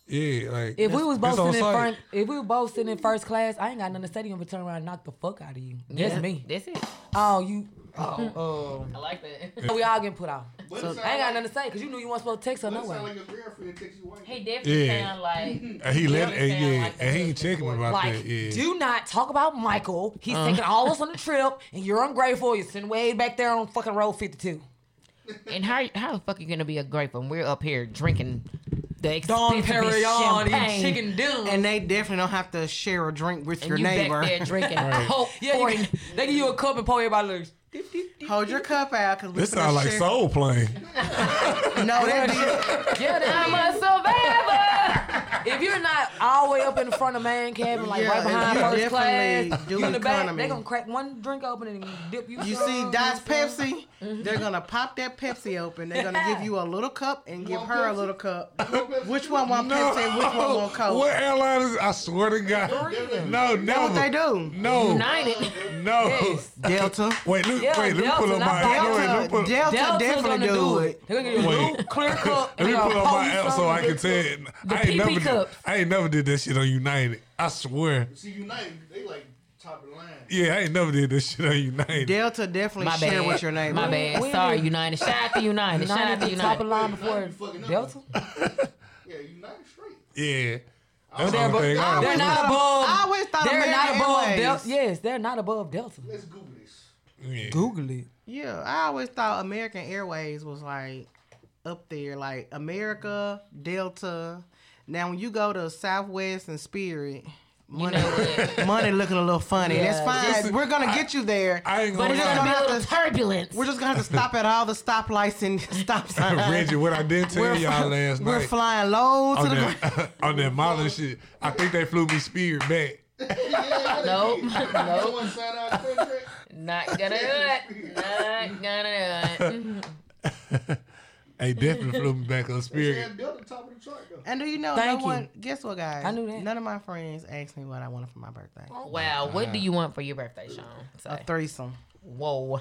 Yeah, like If we was that's both on sitting in site. front, if we were both sitting in first class, I ain't got nothing to say to you. But turn around and knock the fuck out of you. That's me. That's it. Oh, you. Oh, I like that. uh, we all getting put out. But it I ain't got sound nothing to say because you knew you weren't supposed to text her like, no it sound way. like your girlfriend text your wife. He definitely Yeah. sound like And he let and Really sound yeah, like and he that ain't checking before. about Like, that. Yeah, Uh-huh. do not talk about Michael. He's taking all us on the trip, and you're ungrateful. You're sitting way back there on fucking road 52. And how how the fuck you gonna be a grape when we're up here drinking the Don expensive Perignon champagne and chicken doom. And they definitely don't have to share a drink with and your you neighbor. back there drinking Coke yeah, you, pouring- they give you a cup and pour everybody loose. Hold your cup out because we this finna sound like share- soul playing. No, that be Yeah, that I'm a survivor. if you're not all the way up in the front of man cabin, like Yeah, right behind you first definitely class, do you in the back, economy. they gonna crack one drink open and dip you. You some, see, you Dot's know what I'm saying? Pepsi. They're gonna pop that Pepsi open. They're gonna give you a little cup and give want her a Pepsi? little cup. want Pepsi? Which one want Pepsi? and Which one want Coke? What airline is? I swear to God, no, That's never. what they do. No, United. no. Yes. Delta. Wait, look, Yeah, wait, let me pull Delta, up not my. Delta. no, wait, let me pull, Delta, Delta Delta definitely gonna do it. They're gonna give you a Wait. blue clear cup. let me and pull they'll up my pour you app so some. I can tell. it. I PP ain't never. Did, cups. I ain't never did that shit on United. I swear. See, United, they like top of the line. Yeah, I ain't never did this shit on United. Delta definitely My share bad. with your neighbor. My bad. When Sorry, did- United. Shout out to United. Shout out United to the top of the United. line United before fucking up. Delta. Yeah, United straight. yeah, that's the They're, only thing. I they're remember. not above. I always thought they're American not above Airways. Delta. Yes, they're not above Delta. Let's Google this. Yeah. Google it. Yeah, I always thought American Airways was like up there, like America, Delta. Now when you go to Southwest and Spirit, money, money looking a little funny. That's Yeah. fine. we're gonna get you there. I ain't But gonna it's lie. gonna be a little Delta. turbulence. We're just gonna have to stop at all the stoplights and stop signs. Reggie, what I did tell we're, y'all last we're night flying low to on the ground. that on that Marlin shit, I think they flew me Spirit back. Nope. No nope. one signed out the contract. Not gonna do it. Not gonna do it. They definitely flew me back on Spirit. Damn, Delta top of the chart though. And do you know Thank no you. one? Guess what, guys? I knew that. None of my friends asked me what I wanted for my birthday. Wow. What do you want for your birthday, Sean? A Say. threesome. Whoa.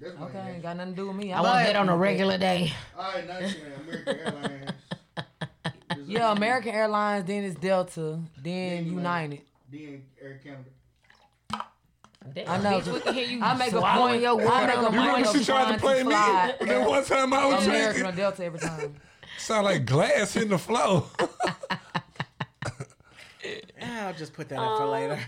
That's my Okay, okay. ain't got nothing to do with me. I I want want that on a regular day. All right, now you're saying American Airlines. yeah, American Airlines. Then it's Delta. Then United. Then Air Canada. Damn, I know. Bitch, we can hear you I make a swallowing point. Your word I make a on the point mic. Remember of she tried to trying play to me? fly That one time I was American or drinking, Delta every time. sound like glass hitting the floor. I'll just put that up for later.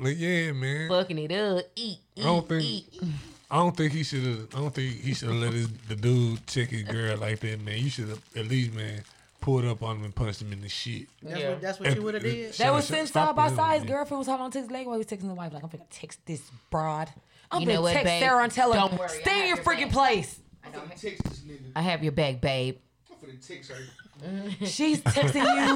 Like, yeah, man. Fucking it up. Eat. eat I don't think- Eat. I don't think he should have. I don't think he should have let his, the dude check his girl like that, man. You should have at least, man, pulled up on him and punched him in the shit. uh, That's Yeah. what, that's what you would have did. They was Stop sitting side by it, side. His man. girlfriend was holding on to his leg while he was texting his wife. Like, I'm finna text this broad. I'm You finna know what, text babe? Sarah and tell her, Don't worry, I stay in your have your freaking back." place. I'm gonna text this nigga. I have your back, babe. I'm gonna text her. She's texting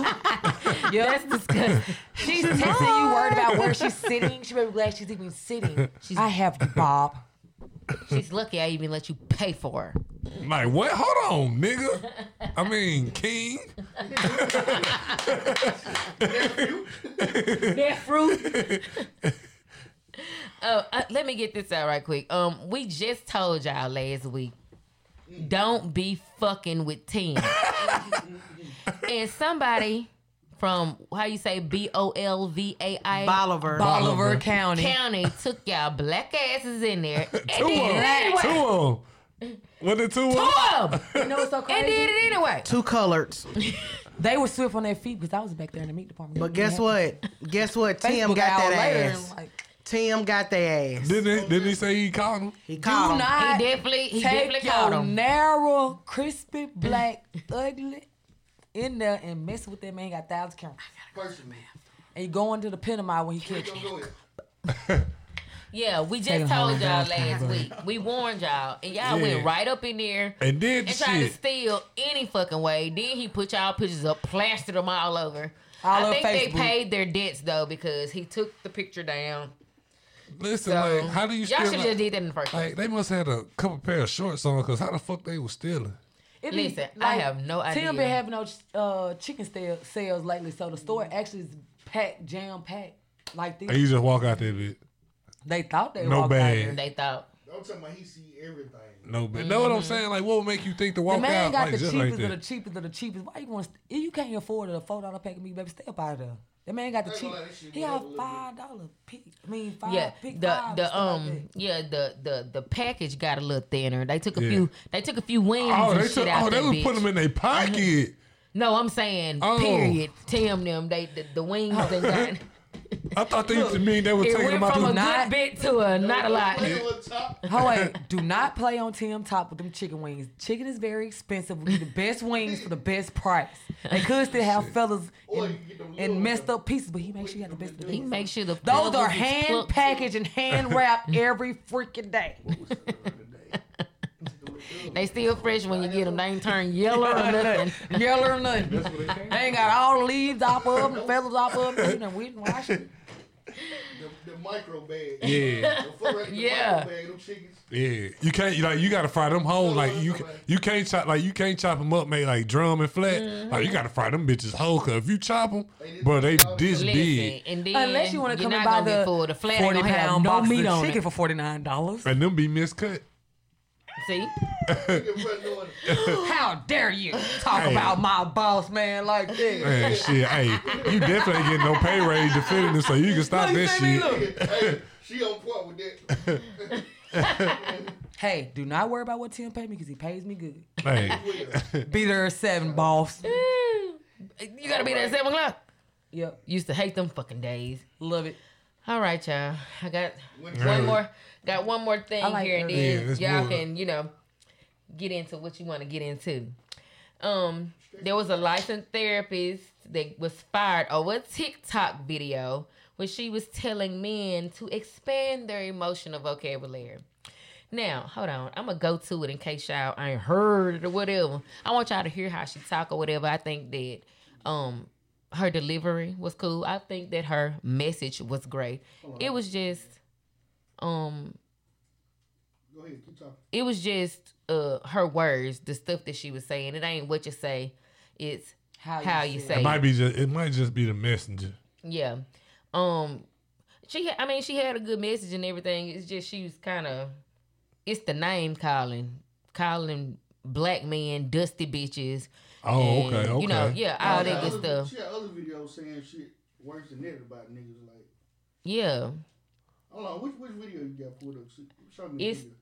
you. That's disgusting. She's texting you, worried about where she's sitting. She better be glad she's even sitting. I have you, Bob. She's lucky I even let you pay for her. Like what? Hold on, nigga. I mean, King. That fruit. uh, uh, let me get this out right quick. Um, we just told y'all last week, don't be fucking with ten. and somebody from how you say B O L V A I Bolivar. Bolivar County. County took y'all black asses in there and did Two of it them. Two anyway. of them. Was it two of them? Two of 'em. You know what's so And did crazy? it anyway. Two coloreds. They were swift on their feet because I was back there in the meat department. But guess Yeah. what? Guess what? Facebook Tim got hour that later, ass. and, Like, Tim got that ass. Didn't he, didn't he say he caught him? He do called him. not He definitely- he take definitely your caught 'em. narrow, crispy, black, ugly in there and mess with that man. He got thousands of cameras. Personally. And you go into the pin of mine when he catch Don't you. go ahead. Yeah, we Taking just home told y'all dogs, last week. We warned y'all, and y'all Yeah. went right up in there And did the and tried to shit. steal any fucking way. Then he put y'all pictures up, plastered them all over. All I over think Facebook. they paid their debts though because he took the picture down. Listen, So like, how do you Y'all steal? should have just Like, did that in the first. place. like, they must have had a couple pair of shorts on because how the fuck they was stealing? It Listen, I have no idea. Tim been having no uh, chicken sale- sales lately, so the store actually is packed, jam packed. Like And this, you just walk out there, bitch. they thought they No walked out bag. there. They thought Don't tell me he see everything. No, but know what I'm saying? Like, what would make you think to The walk man out got like the just cheapest like of the that? cheapest of the cheapest. Why you want? St- if you can't afford a four dollar pack of meat, baby, stay up out of there. That man got the Ain't cheap. gonna lie, that shit He went got up a little five dollar pick. I mean, five yeah, pick the five. the um yeah the the the package got a little thinner. They took a Yeah. few they took a few wings Oh, and they shit took. out Oh, they that was bitch. putting them in their pocket. No, I'm saying Oh. period. Tim them they the, the wings Oh. they got. I thought they used to mean they were It taking went them out. from a the- good Not- bit to a not a lot. Play on top. Oh wait, do not play on Tim Top with them chicken wings. Chicken is very expensive. We get the best wings for the best price. They could still have fellas Or and, you get them little and messed up pieces, but he makes sure you got the best of the He best. makes sure the Those feathers are is hand plucked. packaged and hand wrapped every freaking day. They still fresh when you get them. They ain't turn yellow or nothing. Yellow or nothing. They ain't got all the leaves off of them, the feathers off of them. You done went and washed it. The, the micro bag. Yeah, The full- the Yeah. micro bag, them chickens. yeah. You can't. You like. You gotta fry them whole. Like you. ca- You can't chop. Like you can't chop them up. Make like drum and flat. Like you gotta fry them bitches whole. Cause if you chop them, bro, they this Listen, big. and then Unless you want to come and and buy the full. the flat ain't forty gonna have pound no box meat of on chicken it. for forty nine dollars. And them be miscut. See, Chicken front door. How dare you talk Hey. about my boss man like that? Man, shit. Hey, you definitely ain't getting no pay raise defending this, so you can stop Look, this see me, shit. look. Hey, she on point with that. Hey, do not worry about what Tim paid me because he pays me good. Hey, Be there at seven, boss. you gotta be there at seven o'clock. Yep, Used to hate them fucking days. love it. All right, y'all. I got Right. one more. Got one more thing I like here, and that. Yeah, then let's y'all move it. can, you know, get into what you want to get into. Um, there was a licensed therapist that was fired over a TikTok video where she was telling men to expand their emotional vocabulary. Now, hold on. I'm gonna go to it in case y'all ain't heard it or whatever. I want y'all to hear how she talk or whatever. I think that um her delivery was cool. I think that her message was great. It was just um Go ahead, keep talking. it was just uh her words, the stuff that she was saying. It ain't what you say, it's How how, you you, say say. it it. might be just. It might just be the messenger. Yeah. Um she ha- I mean she had a good message and everything. It's just she was kind of it's the name calling calling black men dusty bitches. Oh, and, okay, okay. You know, yeah, all that good Other- stuff. She had other videos saying shit worse than that about niggas. Like, Yeah. hold on, which, which video you got pulled up? See- Show me It's- the video.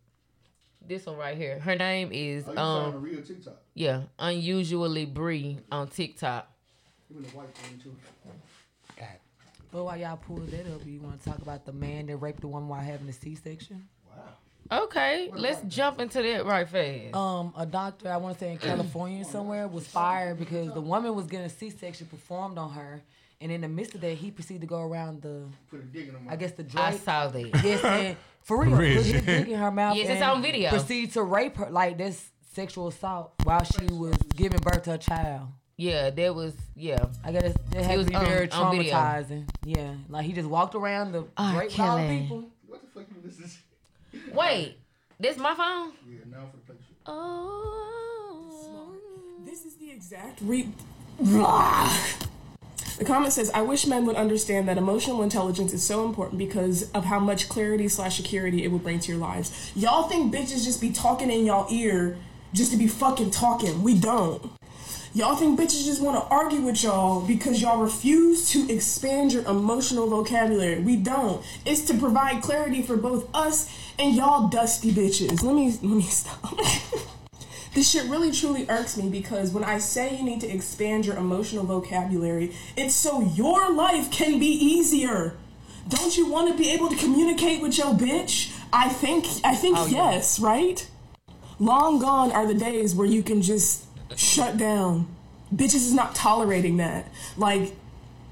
This one right here. Her name is Oh, you found a um real TikTok. yeah, unusually Bree on TikTok. Even the white one too. But while y'all pull that up, you want to talk about the man that raped the woman while having a C-section? Okay, let's jump into that right fast. Um, a doctor, I want to say in California somewhere, was fired because the woman was getting a C-section performed on her, and in the midst of that, he proceeded to go around the, Put a dick in her mouth. I guess the I drape. saw that. Yes, and for real, put real, his yeah. dick in her mouth. Yes, it's and on video. Proceed to rape her like this sexual assault while she was giving birth to a child. Yeah, there was yeah. I guess it It had was to be on- very on video. traumatizing. Yeah, like he just walked around the R. rape all the Kelly. people. What the fuck you listen to? Wait, this my phone? Yeah, now for the picture. Oh. This is the exact re. Blah. The comment says, I wish men would understand that emotional intelligence is so important because of how much clarity slash security it would bring to your lives. Y'all think bitches just be talking in y'all ear just to be fucking talking. We don't. Y'all think bitches just want to argue with y'all because y'all refuse to expand your emotional vocabulary. We don't. It's to provide clarity for both us and y'all dusty bitches. Let me let me stop. this shit really truly irks me because when I say you need to expand your emotional vocabulary, it's so your life can be easier. Don't you want to be able to communicate with your bitch? I think I think Oh, yeah. yes, right? Long gone are the days where you can just shut down. Bitches is not tolerating that. Like,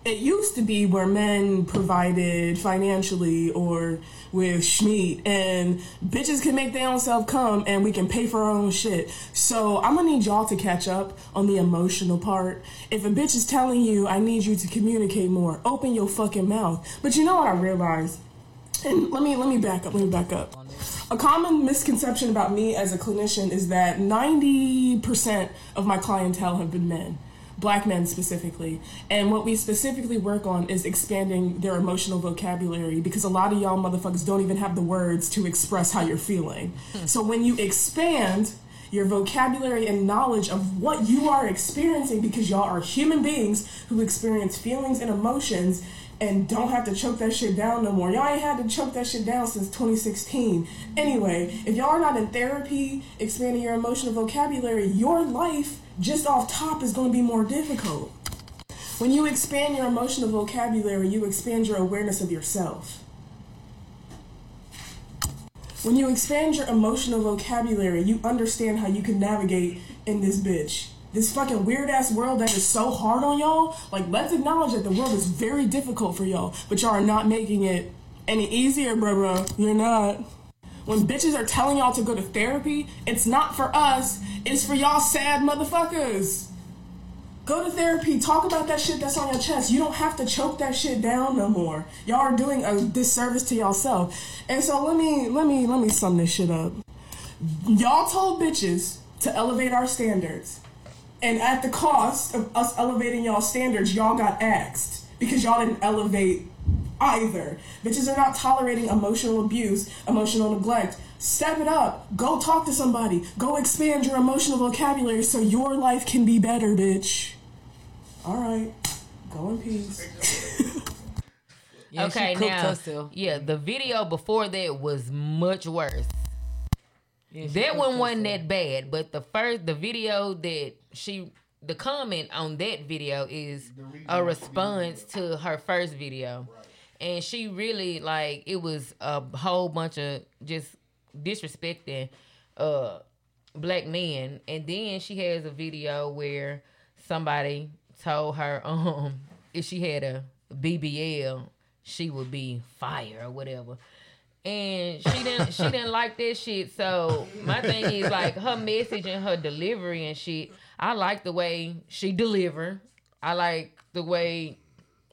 it used to be where men provided financially or with schmeat, and bitches can make their own self come and we can pay for our own shit. So, I'm gonna need y'all to catch up on the emotional part. If a bitch is telling you, I need you to communicate more, open your fucking mouth. But you know what I realized? And let me let me back up. Let me back up. A common misconception about me as a clinician is that 90% of my clientele have been men, black men specifically. And what we specifically work on is expanding their emotional vocabulary because a lot of y'all motherfuckers don't even have the words to express how you're feeling. so when you expand your vocabulary and knowledge of what you are experiencing because y'all are human beings who experience feelings and emotions and don't have to choke that shit down no more. Y'all ain't had to choke that shit down since 2016. Anyway, if y'all are not in therapy, expanding your emotional vocabulary, your life just off top is going to be more difficult. When you expand your emotional vocabulary, you expand your awareness of yourself. When you expand your emotional vocabulary, you understand how you can navigate in this bitch. This fucking weird ass world that is so hard on y'all. Like, let's acknowledge that the world is very difficult for y'all, but y'all are not making it any easier, bro, bro. You're not. When bitches are telling y'all to go to therapy, it's not for us, it's for y'all sad motherfuckers. Go to therapy. Talk about that shit that's on your chest. You don't have to choke that shit down no more. Y'all are doing a disservice to yourself. And so let me let me let me sum this shit up. Y'all told bitches to elevate our standards. And at the cost of us elevating y'all standards, y'all got axed because y'all didn't elevate either. Bitches are not tolerating emotional abuse, emotional neglect. Step it up. Go talk to somebody. Go expand your emotional vocabulary so your life can be better, bitch. All right. Go in peace. Yeah, she okay, cooked now, herself. yeah, the video before that was much worse. she that cooked one wasn't that bad, but the first, the video that she, the comment on that video is a response to her first video, and she really like it was a whole bunch of just disrespecting, uh, black men, and then she has a video where somebody told her um if she had a BBL she would be fire or whatever. And she didn't she didn't like that shit. So my thing is like her message and her delivery and shit. I like the way she deliver. I like the way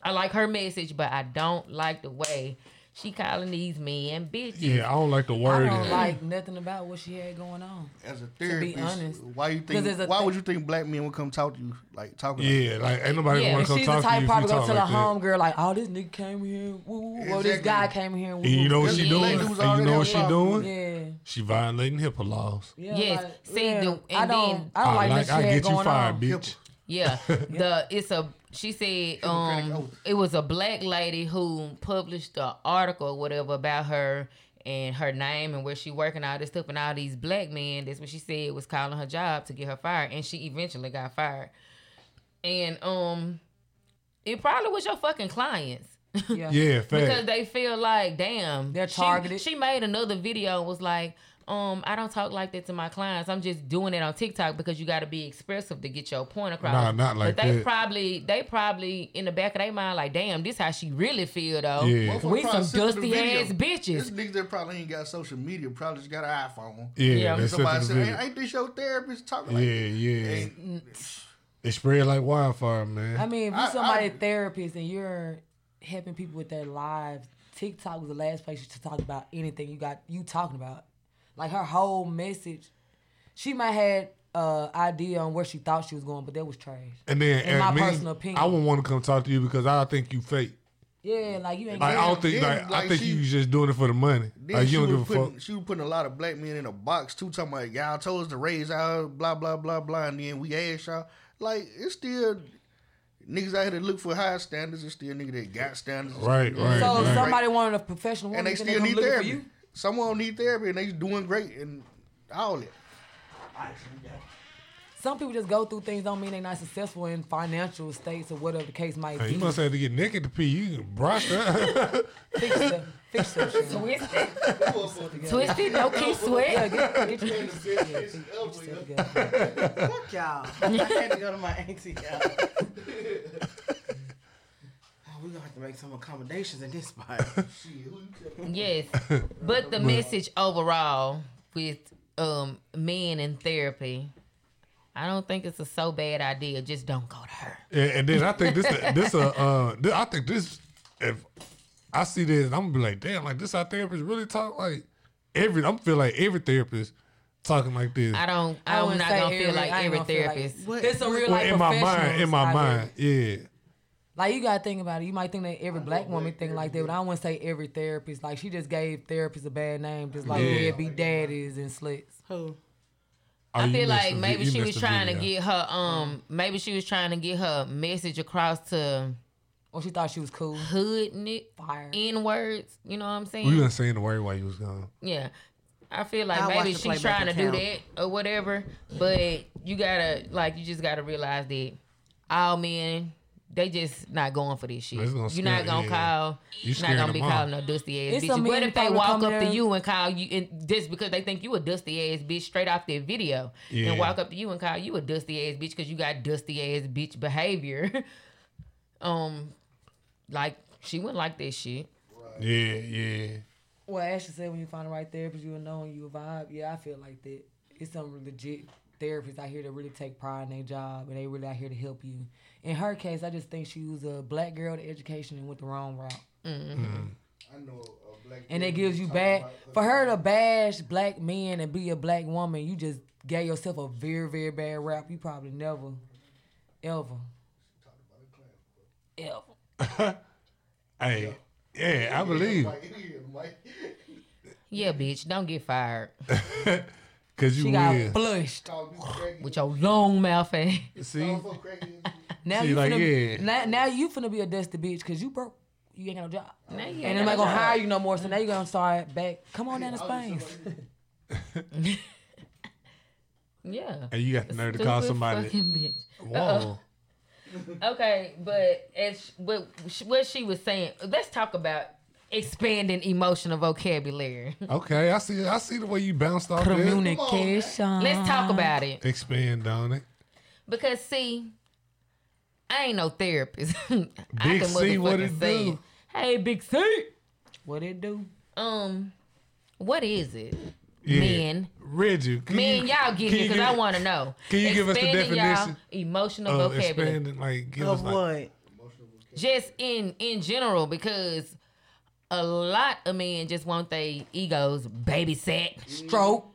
I like her message, but I don't like the way she calling these men bitches. Yeah, I don't like the word. I don't like nothing about what she had going on. As a To be therapist, honest. why you 'Cause there's think? a Why thi- would you think black men would come talk to you like talking? Yeah, like, ain't nobody Yeah. wanna And come she's talk the to you if type you probably go talk to like the that. home girl like, oh, this nigga came here. Woo, woo, woo. Well, this Exactly. guy came here. Woo, And you woo. know what she doing? dudes And you know what she already doing? Yeah. She violating HIPAA laws. Yeah, Yes. like, See, yeah, the- I and don't, then- Oh, I don't like, I this shit get going you fired, on. bitch. Yeah, the it's a she said um it was a black lady who published an article or whatever about her and her name and where she working all this stuff and all these black men. That's what she said was calling her job to get her fired, and she eventually got fired. And um, it probably was your fucking clients. Yeah. Yeah, Because fact. they feel like, damn, They're she- targeted. She, made another video and was like, um, I don't talk like that to my clients. I'm just doing it on TikTok because you got to be expressive to get your point across. Nah, not like But they that. probably, they probably in the back of their mind like, damn, this how she really feel though. Yeah. We Motherfucker probably sent some her the dusty video. ass bitches. This nigga that probably ain't got social media, probably just got an iPhone. Yeah, Yeah. they sent her Somebody the said, video. ain't, ain't this your therapist talking Yeah, like yeah. Ain't- It spread like wildfire, man. I mean, if I- you're somebody I- therapist and you're helping people with their lives, TikTok was the last place to talk about anything you got you talking about. Like her whole message, she might had uh, idea on where she thought she was going, but that was trash. And then, in my and me, personal opinion, I wouldn't want to come talk to you because I think you fake. yeah, like you ain't. Like, I don't think, then, like, I like, think she- you was just doing it for the money. Then Like, she, you don't was give a fuck. putting, she was putting a lot of black men in a box too, talking about y'all told us to raise our blah blah blah blah, and then we asked y'all. Like it's still niggas out here that look for high standards, it's still niggas that got standards. It's Right, still- right, so if right. somebody wanted a professional woman, and they then still come need looking for therapy. you. Someone need therapy, and they doing great and all that. Some people just go through things don't mean they're not successful in financial states or whatever the case might Hey, be. you must have to get naked to pee. You can brush that. fix the fix the shit. Twist it. Twist it. Don't keep Yeah, sweating. get, get your- get your- get yourself together. Fuck y'all. I had to go to my auntie. y'all. oh, we're gonna have to make some accommodations in this spot. Yes. But the message overall with um men in therapy, I don't think it's a so bad idea. Just don't go to her. and, and then I think this, this, uh, uh, thi- I think this, if I see this, I'm gonna be like, damn, like this, how therapists really talk. Like every, I'm feel like every therapist talking like this. I don't I I'm wouldn't not say gonna feel every- like I ain't every gonna feel like- therapist. There's some real Well, life in my mind, in my professionals out mind, yeah. Like you gotta think about it. You might think that every black woman think like that, but I don't want to say every therapist. Like she just gave therapists a bad name, just like Yeah. deadbeat daddies and slits. Who? Oh, I you feel missed the like vi- maybe you she missed was the trying to video. get her um maybe she was trying to get her message across to Or she thought she was cool. hood ni- Fire. N words, you know what I'm saying? We weren't saying the word while you was gone. Yeah. I feel like I'll watch maybe the she's playback trying to do account. that or whatever, but you gotta like you just gotta realize that all men they just not going for this shit. It's gonna You're not scare- gonna yeah. call. You You're not scaring gonna be them off. calling no dusty ass It's bitch. some What men if they probably walk come up to there- you and call you and just because they think you a dusty ass bitch straight off their video Yeah. and walk up to you and call you a dusty ass bitch because you got dusty ass bitch behavior. um, like she wouldn't like that shit. Yeah, yeah. Well, Ashley said when you find the right therapist, you'll know and you'll vibe. Yeah, I feel like that. It's some legit therapists out here that really take pride in their job and they really out here to help you. In her case, I just think she was a black girl to education and went the wrong route. I know a black. And that gives you bad for her to bash black men and be a black woman. You just gave yourself a very very bad rap. You probably never, ever, ever. Hey, yeah, I believe Yeah, bitch, don't get fired because you She got will. flushed with your long mouth ass. See, Now See, you like, finna, yeah. now, now you finna be a dusty bitch because you broke. You ain't got no job. Now you And ain't got I'm not no gonna job. hire you no more. So now you're gonna start back. Come on down Oh, to Spain. Yeah. and you got the nerve to call Stupid somebody. fucking bitch. Whoa, Okay, but as what she- what she was saying, let's talk about expanding emotional vocabulary. okay, I see. I see the way you bounced off that. Let's talk about it Expand on it. because see, I ain't no therapist. Big I Big C, what it motherfucking say do? it. Hey, Big C. What it do? Um, what is it? Yeah. Men, Reggie, can men, you, y'all get can it you because give- I want to know. can you give us the Expanding y'all definition Emotional Uh, vocabulary. expanding, like give us Of like, what? just in in general because a lot of men just want their egos babysat Stroke.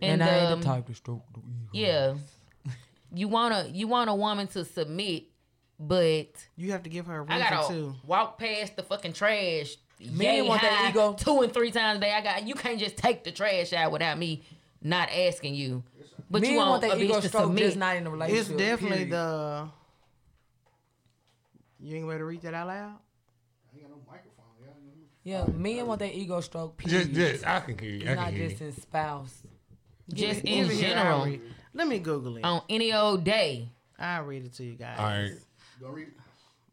Mm. and, I um, ain't the type to stroke the ego. yeah you want to you want a woman to submit but You have to give her a i reason gotta too. walk past the fucking trash Men yay want that high, ego. two and three times a day i got you can't just take the trash out without me not asking you but Men you want, that a bitch ego to stroke, submit just not in a relationship. It's definitely period. the. You ain't ready to read that out loud. yeah. Men want that ego stroke. Period. just, just, I can hear you. I It's not can hear you. just in spouse. just Give it in here, I'll general read it. Let me Google it. on any old day I'll read it to you guys. All right.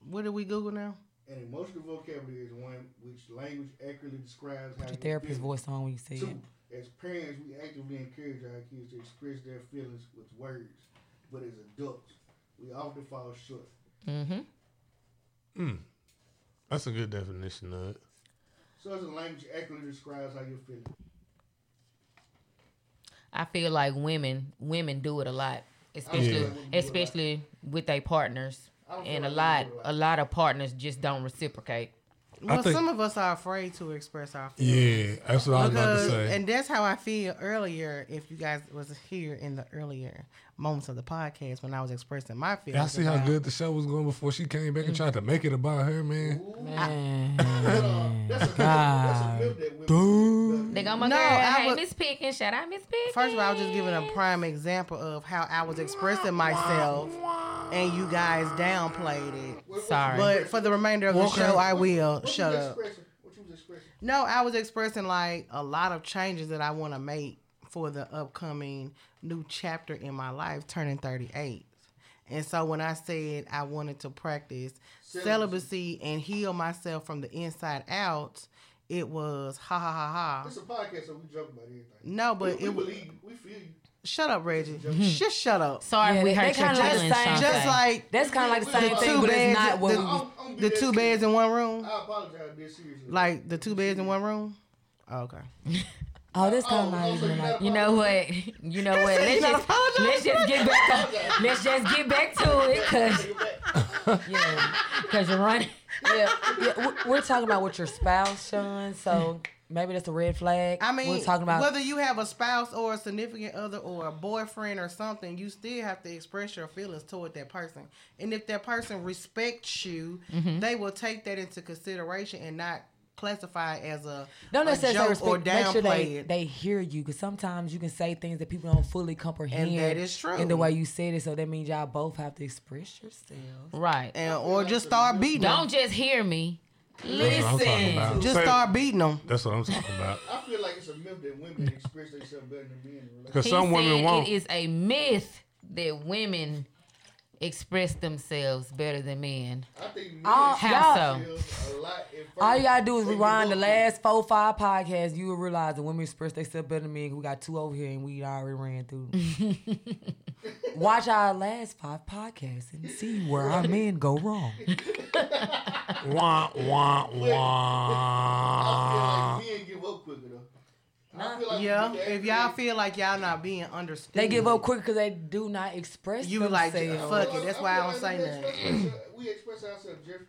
What did we Google now? An emotional vocabulary is one which language accurately describes how Put you your therapist feel. voice on when you say it. Two, as parents, we actively encourage our kids to express their feelings with words, but as adults, we often fall short. That's a good definition of it. So as a language accurately describes how you feel. I feel like women women do it a lot, especially especially with their partners, and a lot a lot of partners just don't reciprocate. Well, think- some of us are afraid to express our Yeah, feelings. that's what I was about to Because- say. And that's how I feel earlier. If you guys was here in the earlier moments of the podcast when I was expressing my feelings, Y'all see how about- good the show was going before she came back and tried to make it about her, man. Dude. They go, my No, girl. I hey, would- Miss Pickens. Shout out, Miss Pickens. First of all, I was just giving a prime example of how I was expressing myself, and you guys downplayed it. Sorry. but for the remainder of the Okay. show, I will What you shut was up. No, I was expressing like a lot of changes that I want to make for the upcoming new chapter in my life, turning 38. And so when I said I wanted to practice celibacy, and heal myself from the inside out, it was ha ha ha ha. This is a podcast, so we joke about anything. No, but we, it we was- believe, we feel you. Shut up, Reggie. Just shut up. Sorry, Yeah, we that- hurt that your kinda like the feelings, same Shante. Just thing. like That's kinda like the same thing, two but it's beds- not what we- the, I'm- I'm the dead two serious. beds in one room. I apologize, this seriously. Like the two beds in one room. Oh, okay. Oh, this kind Oh, of not oh, so even you like. gotta- You know what? You know what? said you Let's gotta just, let's just get back. To, let's just get back to it, cause yeah, cause you're running. yeah, yeah, we- we're talking about with your spouse, Sean. So maybe that's a red flag. I mean, we're talking about whether you have a spouse or a significant other or a boyfriend or something, you still have to express your feelings toward that person. And if that person respects you, Mm-hmm. they will take that into consideration and not classify it as a don't a necessarily joke respect, or downplay make sure they, it. they hear you because sometimes you can say things that people don't fully comprehend. that is true. In the way you said it, so that means y'all both have to express yourselves. Right. and or just start beating them. Don't just hear me. That's what I'm talking Listen. about. Just Say- start beating them. That's what I'm talking about. I feel like it's a myth that women express themselves better than men. Really. Because He some women said won't. It is a myth that women express themselves better than men. I think men Uh, All, How y'all- so? feel a lot at first. all you gotta do is They get rewind the hooked. last four, five podcasts. You will realize that women express themselves better than men. We got two over here, and we already ran through. Watch our last five podcasts and see where our men go wrong. wah, wah, Uh. I wah. feel like men give up quicker though. I Nah. feel like Yeah, we get if angry. y'all feel like y'all not being understood, They give up quick because they do not express You be like, themselves. fuck it. That's why I don't say we nothing. express ourselves- We express ourselves just,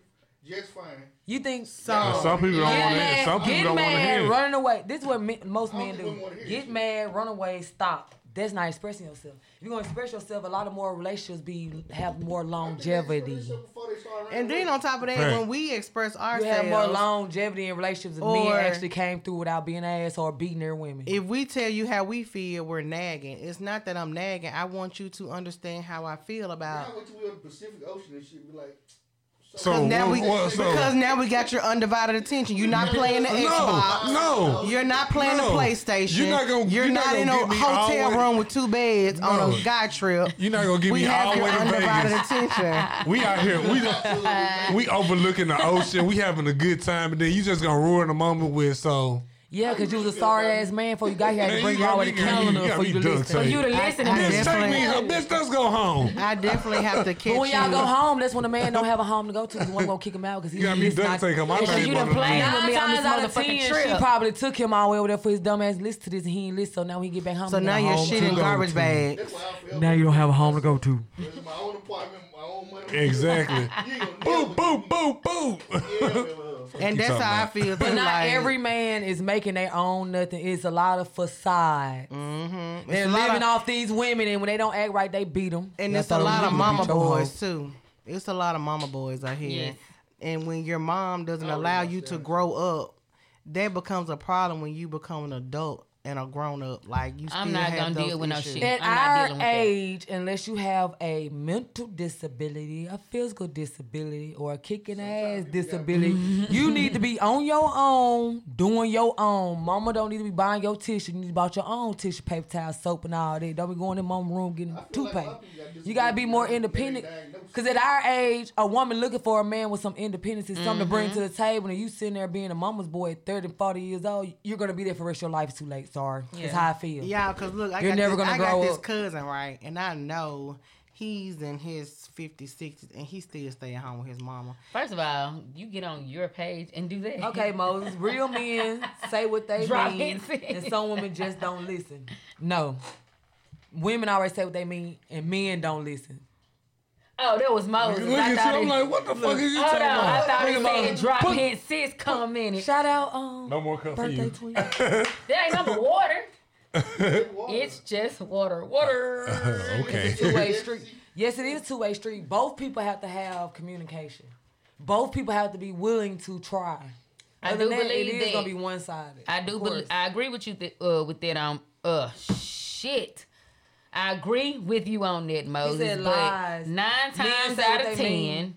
just fine. You think And So Some people don't want Get to hear. mad, Some people get don't want to mad, hear. it. running away. This is what men, most I don't men think do. women wanna hear Get shit. mad, run away, stop. That's not expressing yourself. If you're gonna express yourself, a lot of more relationships be have more longevity. Before they start running and then on top of that, Right. when we express You have more ourselves, longevity in relationships if Or- men actually came through without being ass or beating their women. if we tell you how we feel, we're nagging. It's not that I'm nagging. I want you to understand how I feel I about. went to we in the Pacific Ocean and shit. Be like, So now what- we what- so- because now we got your undivided attention. You're not playing the Xbox. no, no. You're not playing No. the PlayStation. You're not gonna- You're you're not not in gonna a get me hotel always- room with two beds on No. a guy trip. You're not gonna give we me all have the your way to undivided Vegas. attention. We out here. We we overlooking the ocean. We having a good time, and then you just gonna ruin the moment with so. Yeah, because you was a sorry ass man before you got here. I Man, had to you bring you got all me- the you calendar got for me you to duck listen. tight. You to listen I- to I Bitch, me. take me. definitely- home. Bitch, let's go home. I definitely have to catch But when y'all you. go home, that's when a man don't have a home to go to. 'cause One gonna kick him out because You he's got me duct not. tape on my Because face, you done motherfucker. played with me on this Nine times out of motherfucking 10, trip. She she probably took him all the way over there for his dumb ass. Listen to this. He ain't listen, so now he get back home. So now you're shit in Two garbage go-to. bags. well, I feel Now you don't have a home to go to. this is my own apartment, my own money. Exactly. You ain't gonna Boo, never- boo, boo, boo. Yeah, well, uh, And Keep that's talking how I about feel. But too, not like, every man is making their own nothing. It's a lot of facade. Mhm. They're It's a lot living of- off these women, and when they don't act right, they beat them. And it's a lot of mama boys too. It's a lot of mama boys out here. Yes. And when your mom doesn't allow you to grow up, that becomes a problem when you become an adult and a grown up. Like you still I'm not have gonna those deal with no issues. shit. At I'm not dealing our with that. age, unless you have a mental disability, a physical disability, or a kicking ass disability, you need to be on your own, doing your own. Mama don't need to be buying your tissue. You need to buy your own tissue paper towel, soap, and all that. Don't be going in mama room getting toothpaste. you gotta be more independent. Cause at our age, a woman looking for a man with some independence is something to bring Mm-hmm. to the table, and you sitting there being a mama's boy at 30, 40 years old, you're gonna be there for the rest of your life. It's Too late, sorry. That's how I feel. Yeah, cause look, I You're got never this, gonna I got grow this up. cousin right, and I know he's in his 50s, 60s, and he still stay at home with his mama. First of all, you get on your page and do that. Okay, Moses. Real men say what they Drop mean, it. and some women just don't listen. No, women always say what they mean, and men don't listen. Oh, that was Moses. Look I at thought you, I'm it- like, what the fuck Look, is you hold talking on, about? I Look thought at he my- said drop Put- hint sis come in it. Shout out, um, No more cup for birthday you. tweet. That ain't number water. It's just water. Water. okay. two way street. Yes, it is two way street. Both people have to have communication. Both people have to be willing to try. I Other do than believe it is that. gonna be one sided. I do believe. I agree with you. Th- uh, with that. Um. Uh. Shit. I agree with you on that, Moses. said but lies. Nine Men times say what out of they ten, mean.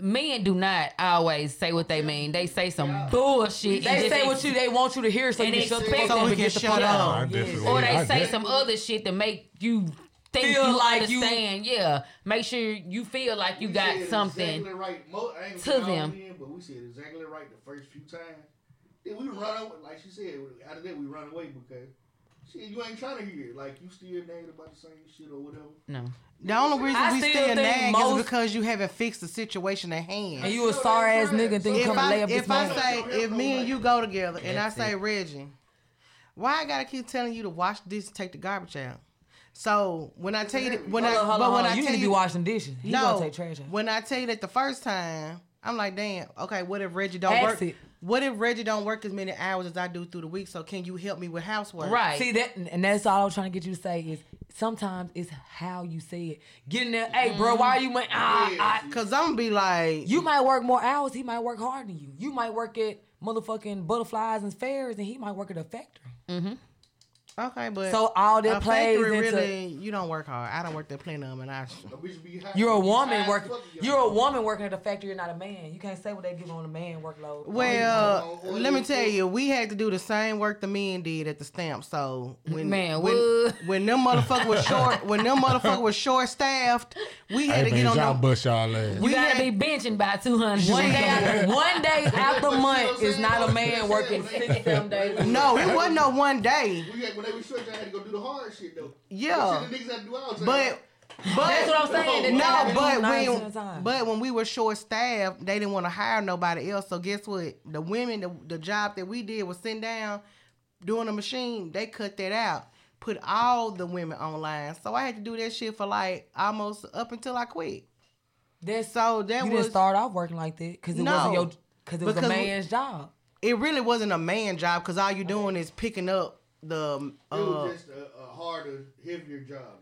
men do not always say what they mean. They say some bullshit. and They just say what you they want you to hear, so and you shut the expect fuck them up to and get get the the fuck fuck out. I definitely. Or they I say de- some other shit to make you think Feel you like you- understand. yeah, make sure you feel like you We got said it something. exactly right. Mo- I ain't to gonna them. call it in, but we said it exactly right the first few times. Then we run away, like she said. Out of that, we run away because shit, you ain't trying to hear. it. Like you still negative about the same shit or whatever. No, The only reason I we still still think nag most- is because you haven't fixed the situation at hand. And you a sorry ass nigga and then you if come and I, lay up this if I morning. say if me and you go together and I say Reggie, why I gotta keep telling you to wash the dishes, take the garbage out? So when I tell you that, when Hold I on, hold but on, when hold on. I you tell need to be you washing dishes. He no gonna take trash out. when I tell you that the first time I'm like damn okay what if Reggie don't Ask work it. what if Reggie don't work as many hours as I do through the week so can you help me with housework right. See that, and that's all I'm trying to get you to say is sometimes it's how you say it. Get in there, hey, Mm-hmm. bro, why you? Might, ah, ah." because I'm gonna be like You might work more hours. He might work harder than you. You might work at motherfucking butterflies and fairs, and he might work at a factory. okay but So all that a plays factory into really you don't work hard I don't work that plenty of them and I you're a woman working. You're a woman working at a factory. You're not a man. You can't say what they give on a man workload. Well, let me tell you, we had to do the same work the men did at the stamp. So when Man, when, what? when them motherfucker was short, when them motherfucker was short staffed, we Hey had to get man, on y'all them. bust y'all ass. You we gotta had- be benching by two hundred. one day, out, one day out the month is not a man working six seven days. No, it wasn't no one day. We had, when they were short, I had to go do the hard shit though. Yeah. Shit the niggas had to do all the time. But but That's what I'm saying. That No, they but do nine percent of the when time. but when we were short staffed, they didn't want to hire nobody else. So guess what? The women, the, the job that we did was sitting down doing the machine. They cut that out, put all the women online. So I had to do that shit for like almost up until I quit. that's So that you was didn't start off working like that because it No. wasn't your because it was Because a we- man's job. it. Really wasn't a man job because all you're doing is picking up the. it Uh, was just a, a harder, heavier job.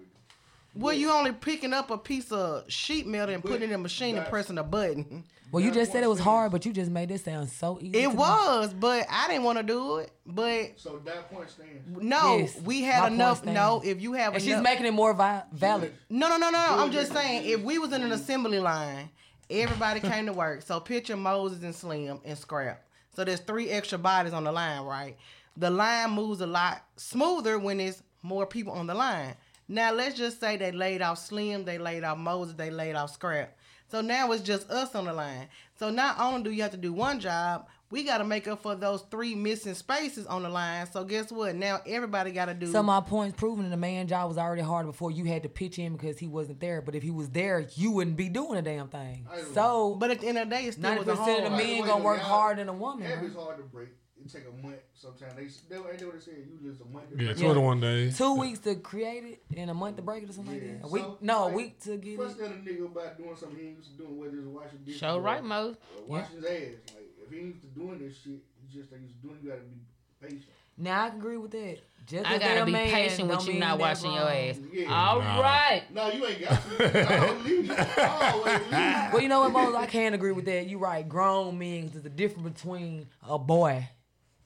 well, you only picking up a piece of sheet metal and putting it in a machine and Right. pressing a button. Well, you just said it was hard, but you just made it sound so easy. to It me. was, but I didn't want to do it. But So that point stands. No, Yes, we my had point enough. stands. No, if you have And she's enough. Mm-hmm. making it more vi- valid. no, no, no, no, no. I'm just saying, if we was in an assembly line, everybody came to work. So picture Moses and Slim and Scrap. So there's three extra bodies on the line, right? The line moves a lot smoother when there's more people on the line. Now let's just say they laid off Slim, they laid off Moses, they laid off Scrap. So now it's just us on the line. So not only do you have to do one job, we got to make up for those three missing spaces on the line. So guess what? Now everybody got to do. So my point's proven that the man job was already hard before you had to pitch in because he wasn't there. But if he was there, you wouldn't be doing a damn thing. So But at the end of the day, it still ninety was a percent hard. of the men gonna work harder than a woman. Heavy right? is hard to break. It take a month. Sometimes they they ain't what they said. You just a month. to Yeah, break. two to one day. Two weeks to create it and a month to break it or something like that. A week, So, no, a like, week to get it. Frustrate a nigga about doing something he ain't used to doing, whether it's washing dishes. Show or- right, Mo. or Washing his ass. Like if he ain't used to doing this shit, he just ain't used to doing. it. You gotta be patient. Now I can agree with that. Just I because they're gotta a be man, patient don't with you mean not they're washing your wrong. ass. Yeah. All Nah. right. No, you ain't got to. I don't leave. I always leave. Well, you know what, Moses? I can agree with that. You right. Grown men, there's a difference between a boy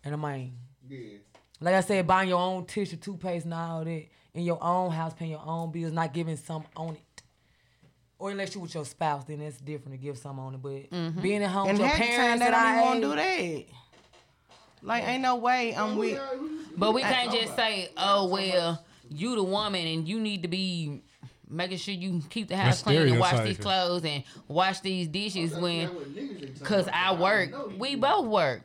and a man. Yeah. Like I said, buying your own tissue, toothpaste, and all that in your own house, paying your own bills, not giving some on it. Or unless you with your spouse, then it's different to give some on it. But Mm-hmm. being at home And with your half the time, parents they and don't even I want to do that. Like, ain't no way I'm with. But we can't just say, oh well, you the woman and you need to be making sure you keep the house That's clean and wash stereotyping. these clothes and wash these dishes Oh, when cause I work. We both work.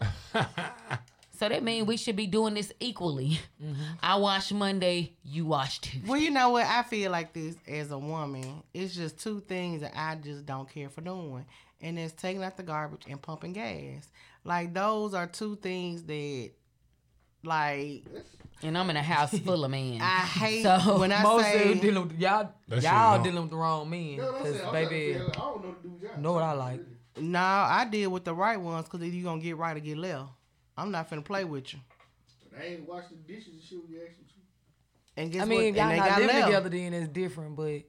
So that means we should be doing this equally. Mm-hmm. I wash Monday, you wash Tuesday. Well, you know what? I feel like this as a woman. It's just two things that I just don't care for doing, and that's taking out the garbage and pumping gas. Like those are two things that Like, and I'm in a house full of men. I hate So- when I Most say of dealing with y'all. That shit y'all wrong. dealing with the wrong men. No, that's Cause it. I'm baby, trying to know, what I like. No, I deal with the right ones because either you gonna get right or get left. I'm not finna play with you. They ain't washed the dishes and shit we asked you And guess I mean, what? And if y'all they not got living left. together, then it's different. But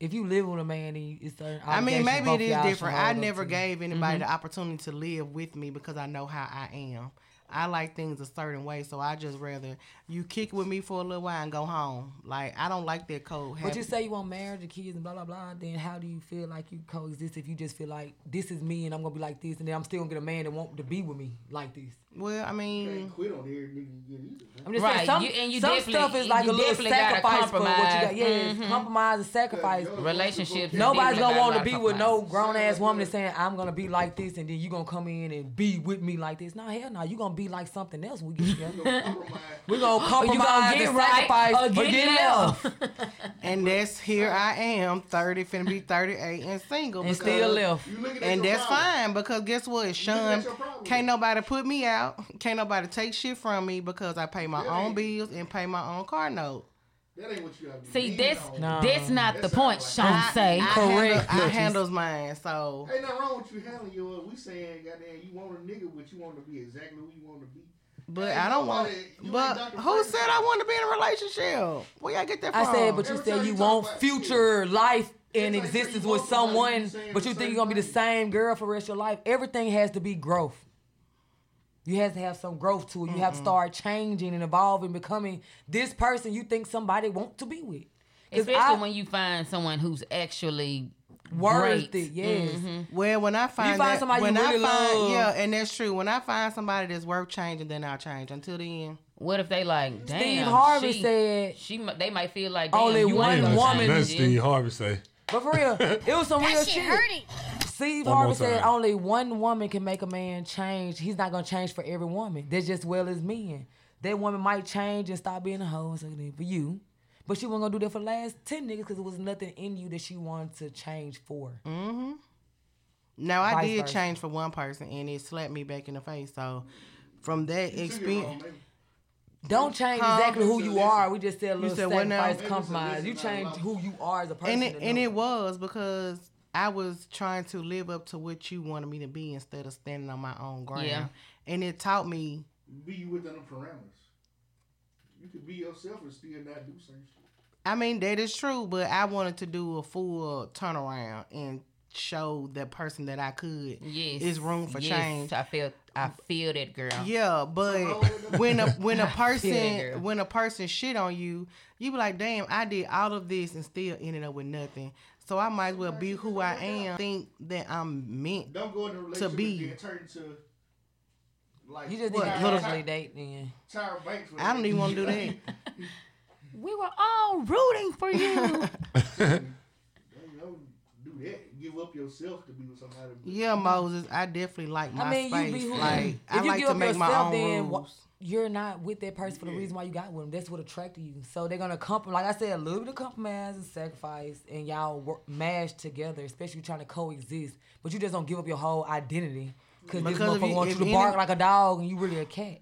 if you live with a man, then it's certain. I mean, obligations maybe both it is y'all should different. hold I up never to. gave anybody Mhm. the opportunity to live with me because I know how I am. I like things a certain way, so I just rather you kick with me for a little while and go home. Like I don't like that cold. But you habit. say you want marriage and kids and blah blah blah. Then how do you feel like you coexist if you just feel like this is me and I'm gonna be like this, and then I'm still gonna get a man that want to be with me like this? Well, I mean, can't quit on every nigga you get either. I'm just Right, saying some, you- and you some definitely- stuff is like you a little definitely gotta sacrifice for what you got. compromise. Yeah, it's Mhm. compromise and sacrifice. Relationships. definitely Nobody's gonna got a want lot to of be with no compromise. grown ass woman that's saying I'm gonna be like this, and then you gonna come in and be with me like this. No hell no, you gonna be like something else when we get together. we gonna Or you compromise gonna get and right sacrifice or or get get left. left. and that's here I am, thirty, finna be thirty-eight and single, And because- still left. You looking at And your that's fine because guess what, Sean? at your problem. Can't nobody put me out. Can't nobody take shit from me because I pay my own bills and pay my own car note. That ain't what you gotta be. See, that's No. that's not the point, Sean. I- Say I handle- I handles mine, so Ain't nothing wrong with you handling your. We saying, goddamn, you want a nigga, but you want to be exactly who you want to be. But Ain't I don't want. nobody- you ain't But Dr. who said I want to be in a relationship? Where y'all get that from? I said, but you said you want future life in existence with someone, but you think you're gonna be the same girl for the rest of your life. Everything has to be growth. You have to have some growth to it. You have to Mm-mm. start changing and evolving, becoming this person you think somebody want to be with. 'Cause Especially I- when you find someone who's actually Worth great. it, yes. Mhm. Well, when I find, find that, somebody you when really I find, love. yeah, and that's true. When I find somebody that's worth changing, then I'll change. Until then, what if they like? Damn, Harvey she, said- she. mi- They might feel like damn, Only you one ain't woman- gonna That's change Steve it. Harvey say. But for real, it was some real shit. Steve One Harvey more said time. only one woman can make a man change. He's not gonna change for every woman. That's just well as men. That woman might change and stop being a hoe and something for you. But she wasn't gonna do that for the last ten niggas because it was nothing in you that she wanted to change for. Mm-hmm. now I Vice did versa. change for one person, and it slapped me back in the face. So from that experience, Don't change Huh? exactly who you are. We just said a You little said what now? sacrifice, compromise. You change who you are as a and person. it, and it was because I was trying to live up to what you wanted me to be instead of standing on my own ground. Yeah. And it taught me Be you within the parameters. You could be yourself and still not do same shit. I mean, that is true, but I wanted to do a full turnaround and show the person that I could Yes, is room for yes, change. I feel, I feel that girl. Yeah, but when a when a I feel that person girl. when a person shit on you, you be like, damn, I did all of this and still ended up with nothing. So I might as well be who I am. Think that I'm meant Don't go in a to relationship be. and then turn to like You just What, need to little- casually date then. Tyra Banks. with I don't it. even want to do that. We were all rooting for you. Don't- don't do that. Give up yourself to be with somebody. Yeah, Moses, I definitely like my I mean, space. you be who like if I you like give to up make my yourself, own then rules. wha- You're not with that person for the reason why you got with them. That's what attracted you. So they're gonna compromise. Like I said, a little bit of compromise and sacrifice, and y'all work, mash together, especially trying to coexist. But you just don't give up your whole identity because this Because if motherfucker you- wants if you to any- bark like a dog, and you really a cat.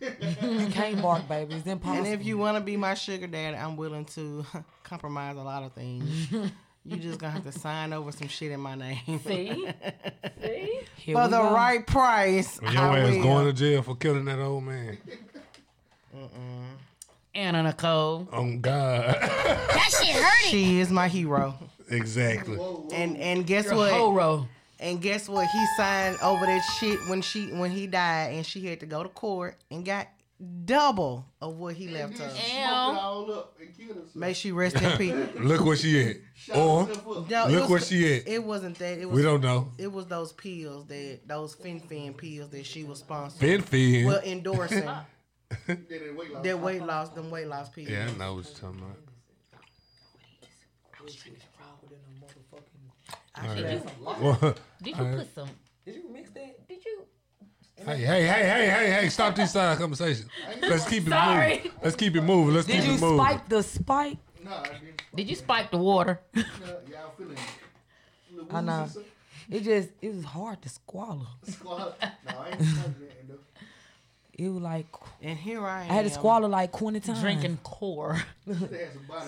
you can't bark, baby. It's impossible. And if you want to be my sugar daddy, I'm willing to compromise a lot of things. you just gonna have to sign over some shit in my name. See? See? Here For we the go. right price, When your I ass will. going to jail for killing that old man. Anna Nicole. Oh God. that shit hurting. She is my hero. exactly. And and guess You're a what? hero. And guess what? He signed over that shit when she when he died, and she had to go to court and got double of what he left her. Smoke it all up and kill herself. May she rest in peace. Look where she at. Or No, it look was- where she at. It wasn't that. We It was, don't know. It was those pills that those fin fin pills that she was sponsoring. Fin Fin? Well, endorsing. Their weight loss, them weight loss pills. Yeah, I know what you're talking about. All Did you, Well, did you all right. put some? Did you mix that? Did you? Hey, hey, hey, hey, hey, hey! Stop these side conversations. Let's keep it Sorry. moving. Let's keep it moving. Let's Did keep you it moving. spike the spike? No, I didn't. Did you spike the water? Y'all feeling it. I know. It just it was hard to swallow. Squad. No, I ain't smoking that. though. It was like And here I I am. had to squalor like twenty times. Drinking core.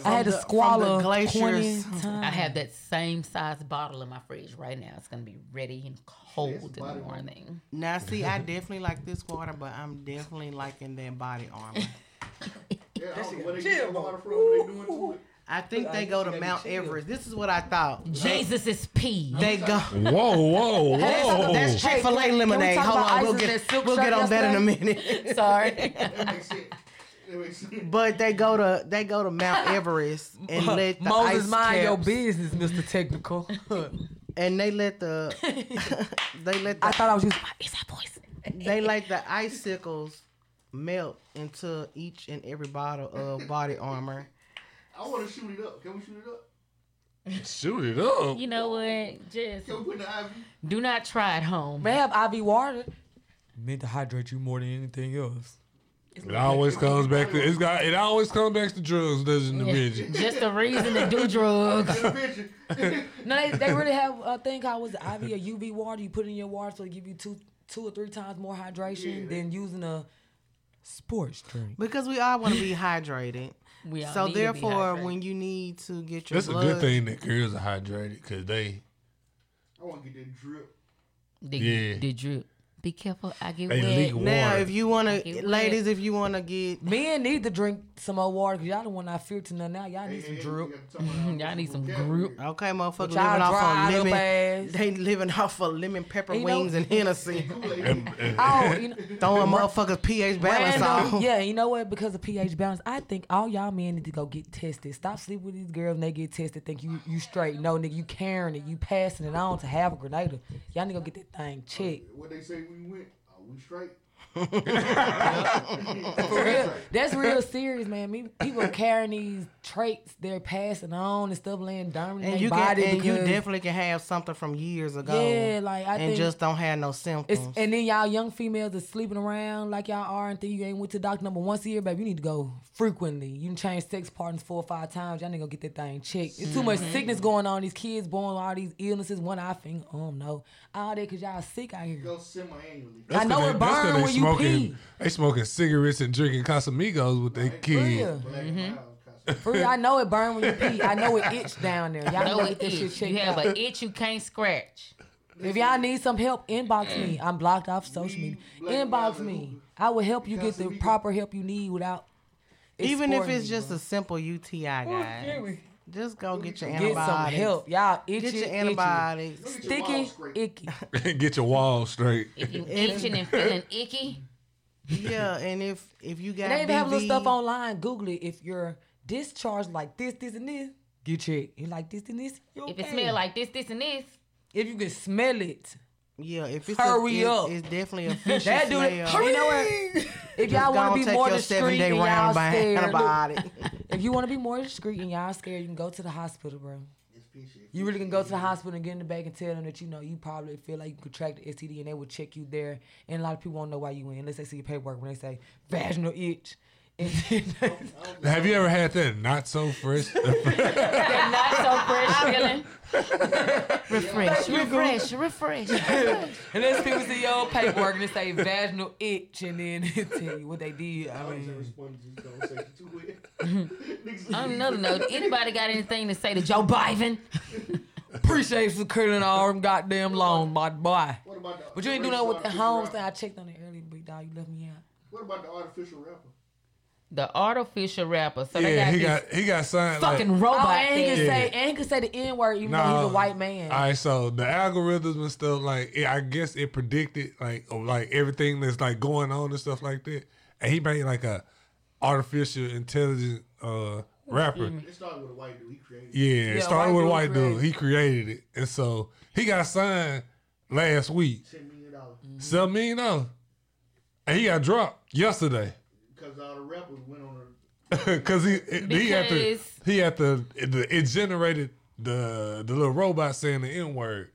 I had to squalor twenty times. I have that same size bottle in my fridge right now. It's gonna be ready and cold in the body warmer. morning. Now, see, I definitely like this water, but I'm definitely liking that body armor. I think they go to Mount Everest. This is what I thought. Jesus is pee. They go. Whoa, whoa, whoa. That's, that's Chick Fil A lemonade. Hold on, we'll get we'll get on that in a minute. Sorry. but they go to they go to Mount Everest and let the Moses, ice mind your caps- business, Mister Technical. and they let the they let the, I thought I was using is that poison? they let the icicles melt into each and every bottle of body armor. I want to shoot it up. Can we shoot it up? Shoot it up. You know what? Just Can we put in the IV? do not try at home. They have IV water. Meant to hydrate you more than anything else. It always comes back to it's got it always comes back to drugs, doesn't it, Bridget? Just a reason to do drugs. No, they, they really have a thing called was it IV or UV water. You put it in your water so it give you two two or three times more hydration than using a sports drink. Because we all want to be hydrated. We all so need to be therefore, hydrated. when you need to get your That's a blood, good thing that girls are hydrated because they I want to get that drip. The, Yeah. the drip. Be careful. I get They wet. leak Now, if you want I to, get ladies, if you want to get Men need to drink some more water because y'all don't want to filter nothing out. Y'all need some drip. Y'all need some group. okay, motherfucker, But living y'all off dried of up lemon, ass. they living off of lemon pepper You know- wings and Hennessy, and, and- Oh, you know, throwing motherfuckers pH balance Random. off. um, Yeah, you know what? Because of pH balance, I think all y'all men need to go get tested. Stop sleeping with these girls and they get tested. Think you you straight. No, nigga, you carrying it. You passing it on to have a Grenada. Y'all need to go get that thing checked. What they say we went? Are we straight? For real. That's real serious, man. Me, people are carrying these traits they're passing on and stuff laying dormant And in their you can, body. and you because- definitely can have something from years ago. Yeah, like, I and think- just don't have no It's, symptoms. and then y'all young females are sleeping around like y'all are and think you ain't went to doctor number once a year, baby. You need to go frequently. You can change sex partners four or five times. Y'all need to go get that thing checked. It's too much Mm-hmm. sickness going on. These kids born with all these illnesses, one eye finger. Oh no, all that because y'all sick out here. Go semi-annually. that's I know 'cause it they- that's 'cause burn they when you smoking, pee. They smoking cigarettes and drinking Casamigos with their kids. Yeah. For real, I know it burn when you pee. I know it itch down there. Y'all know know it get that shit itch. You checked have out. an itch you can't scratch. If y'all need some help, inbox me. I'm blocked off social media. Inbox me. I will help you get the proper help you need without. Even if exporting it's you, just a simple UTI, guys, just go get your Get some antibiotics. help. Y'all itchy. Get your itchy. antibiotics. Sticky, icky. Get your walls straight. If you itching and feeling icky, Yeah, and if if you got They even have little BV, stuff online. Google it. If you're discharged like this, this, and this, get checked. You like this and this. you if it okay. smell like this, this, and this, If you can smell it, Yeah, if it's Hurry a, it- up. it's definitely a fish that dude. smell. You know what? If y'all want to be more discreet and y'all scared, antibiotic. if you want to be more discreet and y'all scared, you can go to the hospital, bro. You really can go to the hospital and get in the back and tell them that you know you probably feel like you contracted STD and they will check you there. And a lot of people won't know why you went unless they see your paperwork when they say vaginal itch. And then- Have you ever had that not so fresh? that not so fresh feeling. refresh, refresh, refresh, refresh. unless people see your paperwork and they say vaginal itch and then they tell you what they did. I mean, On another note, anybody got anything to say to Joe Biden? appreciate for curling all them goddamn long, my boy. What about the But you ain't do nothing with the homes thing. I checked on it earlier, big dog. You left me out. What about the artificial rapper? The artificial rapper. So they yeah, got he this got he got signed like fucking robot. Oh, and he there. can say and he can say the N word even though he's a white man. All right, so the algorithms and stuff like it, I guess it predicted like oh, like everything that's like going on and stuff like that. And he made like a artificial intelligent uh rapper. It started with a white dude. He created Yeah, Mm-hmm. Yeah, it started white with a dude white dude. created. He created it, and so he got signed last week, ten million dollars Mm-hmm. seven million dollars, and he got dropped yesterday because all the rappers went on a because he he had to Because- he had to the, it generated the the little robot saying the n word,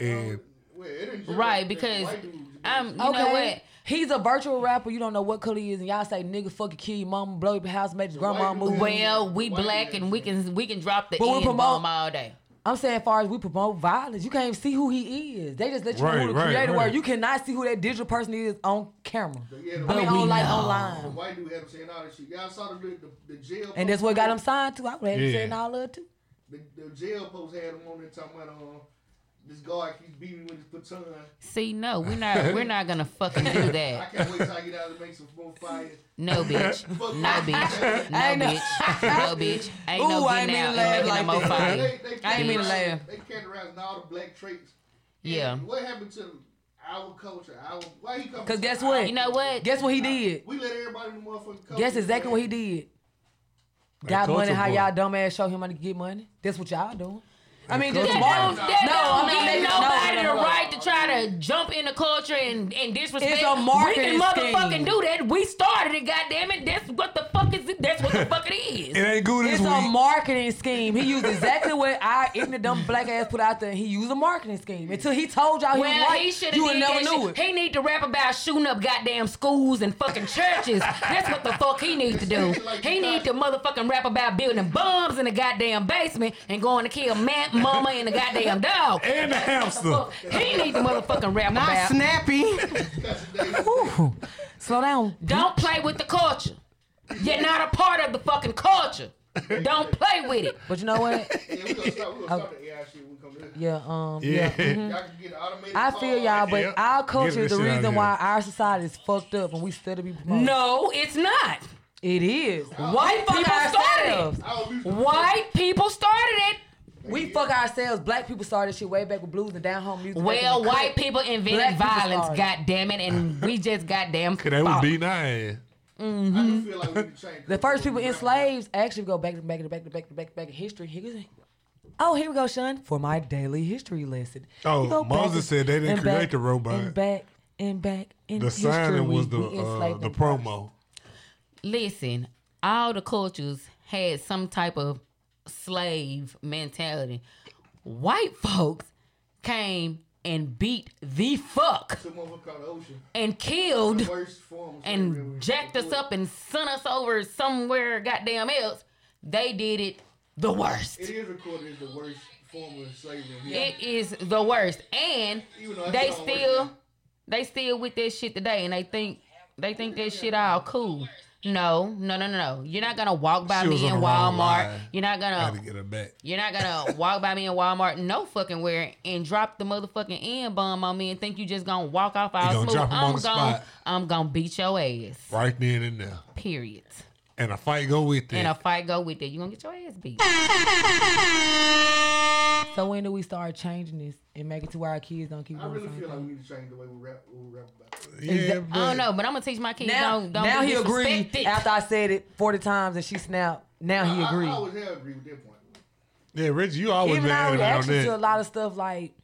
Oh, and well, it didn't just- Right, the because white dude- I'm. Um, You okay. know what? He's a virtual rapper. You don't know what color he is, and y'all say nigga fucking kill your mama, blow your house, make your grandma white dude- move. Well, Well, we black and we can we can drop the But we N promote- bomb all day. I'm saying, as far as we promote violence, you can't even see who he is. They just let you know Right, who the right, creator right. was. You cannot see who that digital person is on camera. I mean, But we on, like know. online. The white dude had him saying all this shit. Y'all saw the, the, the jail. And that's post- what got him signed to. I was Yeah. yeah. saying all of it too. The, the jail post had him on there talking about um, this guard keeps beating me with his baton. See, no, we're not. We're not gonna fucking do I that. can't wait till I get out and make some more fire. No bitch. Fuck No that. bitch. No Ain't no- bitch. No bitch. Ain't Ooh, no I ain't getting mean out to laugh and making no more like that. fight. They- they I ain't mean to categorizing- laugh. They categorizing all the black traits. Yeah. What happened to our culture? Our why he come? Cause guess what? Guess what he did? We let everybody in the motherfucking culture. Guess exactly what he did. Like Got money? culture How boy. y'all dumb ass show him how to get money? That's what y'all doing. I mean, That just don't, mark- that don't I mean, give they- nobody no, no, no. the right to try to jump in the culture and, and disrespect. It's a marketing we can motherfucking scheme. do that. We started it, goddammit. That's what the fuck is it? That's what the fuck it is. It's a marketing scheme. He used exactly what I ignorant dumb black ass put out there. He used a marketing scheme until he told y'all he was Well, white. he should you have would never knew it. He need to rap about shooting up goddamn schools and fucking churches. That's what the fuck he needs to do. He need to motherfucking rap about building bombs in the goddamn basement and going to kill man, mama and the goddamn dog and the hamster. He need to motherfucking rap Not about. snappy. Slow down. Don't play with the culture. You're not a part of the fucking culture. Don't play with it. But you know what? Yeah, we gonna start. We gonna Oh. start the AI shit. when We come to this. Yeah. Um. Yeah. Yeah. mhm. Y'all can get an automated I feel y'all, but Yep. our Get culture is this the shit out reason here. why our society is fucked up, and we still to be promoted. No, it's not. It is. White We fuck people ourselves. started it. White people started it. We fuck ourselves. Black people started shit way back with blues and down home music. back in Well, the white clip. people Black invented people violence, started. God damn it, and we just goddamn. Cause they was beating our ass. Mm-hmm. the first people enslaved actually go back to back to back to back to back to back in history. Here goes- Oh, here we go, Sean. For my daily history lesson. You Oh, go back Moses said they didn't and back create the robot. And back and back in The history. signing was the we uh, enslaved the them. promo. Listen, all the cultures had some type of slave mentality. White folks came and beat the fuck Some motherfucker called the ocean. and killed The worst form. of slavery. and jacked us up and sent us over somewhere goddamn else. They did it the worst. It is recorded as the worst form of slavery. It is the worst, and Even though it's they not working. still, they still with that shit today, and they think they think that shit all cool. No, no, no, no, no. You're not gonna walk by She was me in on the wrong Walmart. line. You're not Had to Oh. gonna. get her back. You're not gonna walk by me in Walmart, no fucking where, and drop the motherfucking n bomb on me and think you just gonna walk off all gonna smooth. drop 'em on I'm the gonna, spot. I'm gonna beat your ass. Right then and there. Period. And a fight go with And it. a fight go with it. You gonna get your ass beat. So when do we start changing this and make it to where our kids don't keep I doing really something? feel like we need to change the way we rap. We rap about. it. I don't know, but I'm gonna teach my kids. now, don't, don't now be he agreed disrespected. after I said it 40 times and she snapped. Now he I- agreed. I, I always have agreed with that point. Yeah, Reggie, you always Even been our adamant on reaction to a that. lot of stuff like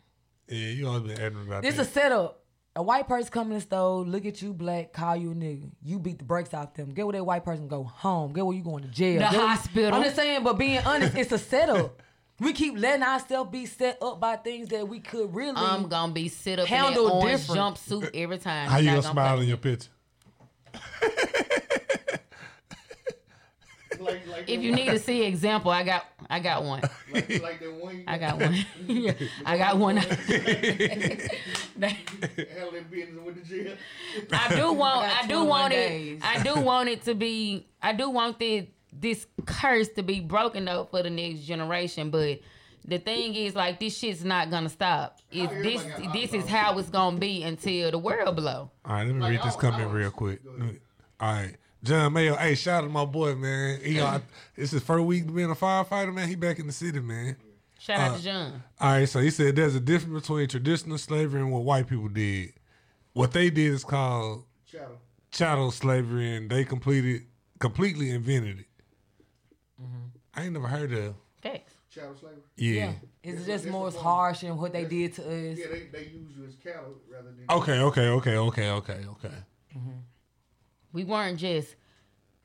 Yeah, you always been adamant about This that. a setup. A white person come in the store, look at you black, call you a nigga. You beat the brakes off them. Get where that white person go home. Get where you going to The jail. Get where- hospital. I'm just saying, but being honest, it's a setup. We keep letting ourselves be set up by things that we could really. I'm gonna be sit up Handle in that orange different. jumpsuit every time. How you Not gonna play. smile in your picture? Like, like If you need to see example, I got I got one. like, like that one. I got one. I got one. Hell, that business with the jail. I do want I, do 21 want days. it I do want it to be I do want the, this curse to be broken up for the next generation but the thing is like this shit's not gonna stop. Oh, Is this this is how it's gonna be until the world blow. All right, let me read oh, this comment real quick. All right. John Mayo, hey, shout out to my boy, man. He, uh, it's his first week being a firefighter, man. He back in the city, man. Shout out Uh, to John. All right, so he said there's a difference between traditional slavery and what white people did. What they did is called Chattel. chattel slavery, and they completed completely invented it. I ain't never heard of. Facts. Chattel slavery. Yeah. It's just more harsh and what they did to us. Yeah, they, they use you as cattle rather than. Oh. Okay, okay, okay, okay, okay, okay. We weren't just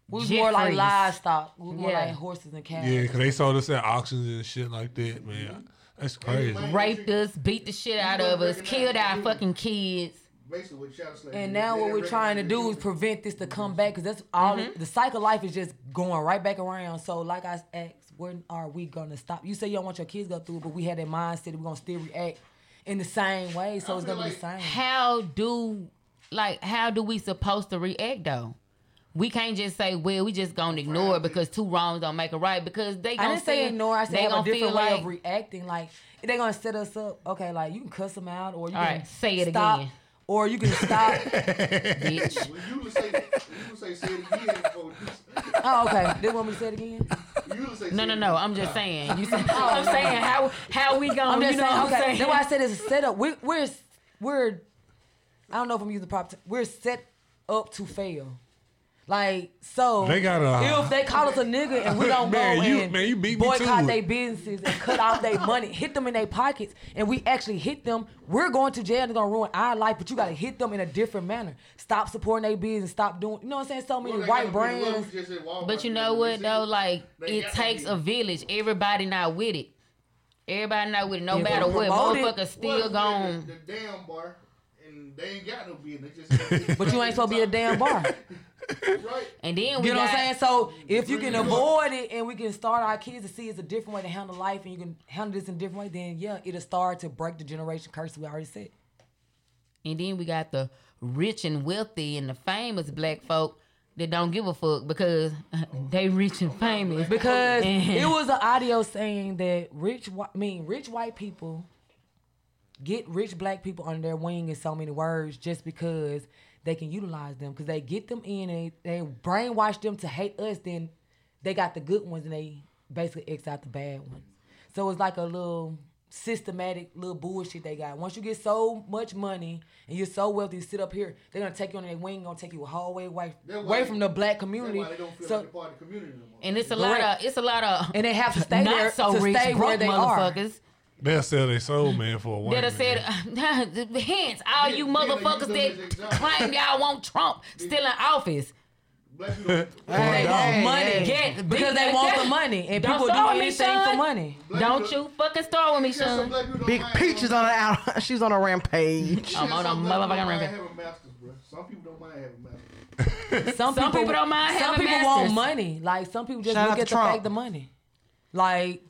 We was more like Jeffries. livestock. We was more Yeah. like horses and cows. Yeah, because they sold us at auctions and shit like that, man. That's crazy. raped us, beat the shit out of us, killed our fucking kids. Basically, what child slavery. And is. now They what didn't we're trying to do recognize is prevent this to come back because that's all Mm-hmm. the cycle of life is just going right back around. So like I asked, when are we gonna stop? You say you don't want your kids to go through it, but we had that mindset that we're gonna still react in the same way. So it's gonna be the same. How do like how do we supposed to react though? We can't just say, "Well, we just gonna ignore it because two wrongs don't make a right." Because they I gonna didn't say ignore. I said they have gonna a different feel way like of reacting. Like they're gonna set us up. Okay, like you can cuss them out, or you All can right, say it stop, again. or you can stop. Bitch. oh, okay. They want me to say it again. No, no, no. I'm just saying. You said, Oh, I'm saying how how we gonna. I'm Oh, you just know saying. what okay, I'm saying? that's why I said it's a setup. We're we're we're I don't know if I'm using the proper. T- we're set up to fail. Like so, They got a- if they call us a nigga and we don't Man, go you- and man, you beat me to boycott it. their businesses and cut off their money, hit them in their pockets, and we actually hit them, we're going to jail and it's gonna ruin our life. But you gotta hit them in a different manner. Stop supporting their business. Stop doing. You know what I'm saying? So many white brands. But you know what though, like it takes a village. Everybody not with it. Everybody not with it. No Yeah, matter but what, promote it. motherfuckers Well, still the- gone. The damn bar, and they ain't got no business. They just But you ain't supposed to be a damn bar. And then we you know Mm-hmm. what got- I'm saying. So if you Bring can it up. avoid it and we can start our kids to see it's a different way to handle life and you can handle this in a different way, then yeah, it'll start to break the generation curse we already said. And then we got the rich and wealthy and the famous black folk that don't give a fuck because they rich and famous. Because And- it was an audio saying that rich, whi- I mean, rich white people get rich black people under their wing in so many words just because they can utilize them because they get them in and they brainwash them to hate us. Then they got the good ones and they basically X out the bad ones. So it's like a little systematic little bullshit they got. Once you get so much money and you're so wealthy, you sit up here, they're gonna take you on their wing, gonna take you a whole way away, That's why away they- from the black community. That's why they don't feel So- like a part of the community no more. and it's a lot Correct. of it's a lot of And they have to stay not there so to rich stay broke where they are. motherfuckers They'll sell their soul, man, for a white that have man. said hence all you motherfuckers that claim y'all want Trump still in office. Oh, They want money Get- because they get- want the money, and Don't people do start with me, anything for son. money. Don't you fucking start with me, son. Big Peach is on a out. She's on a rampage. I'm Oh, on a Some black people don't motherfucking mind rampage. having masters, bro. Some people don't mind having masters. Some, Some people don't mind Some having people masters. want money. Like some people just Shout out look to at the Trump. fact of money. Like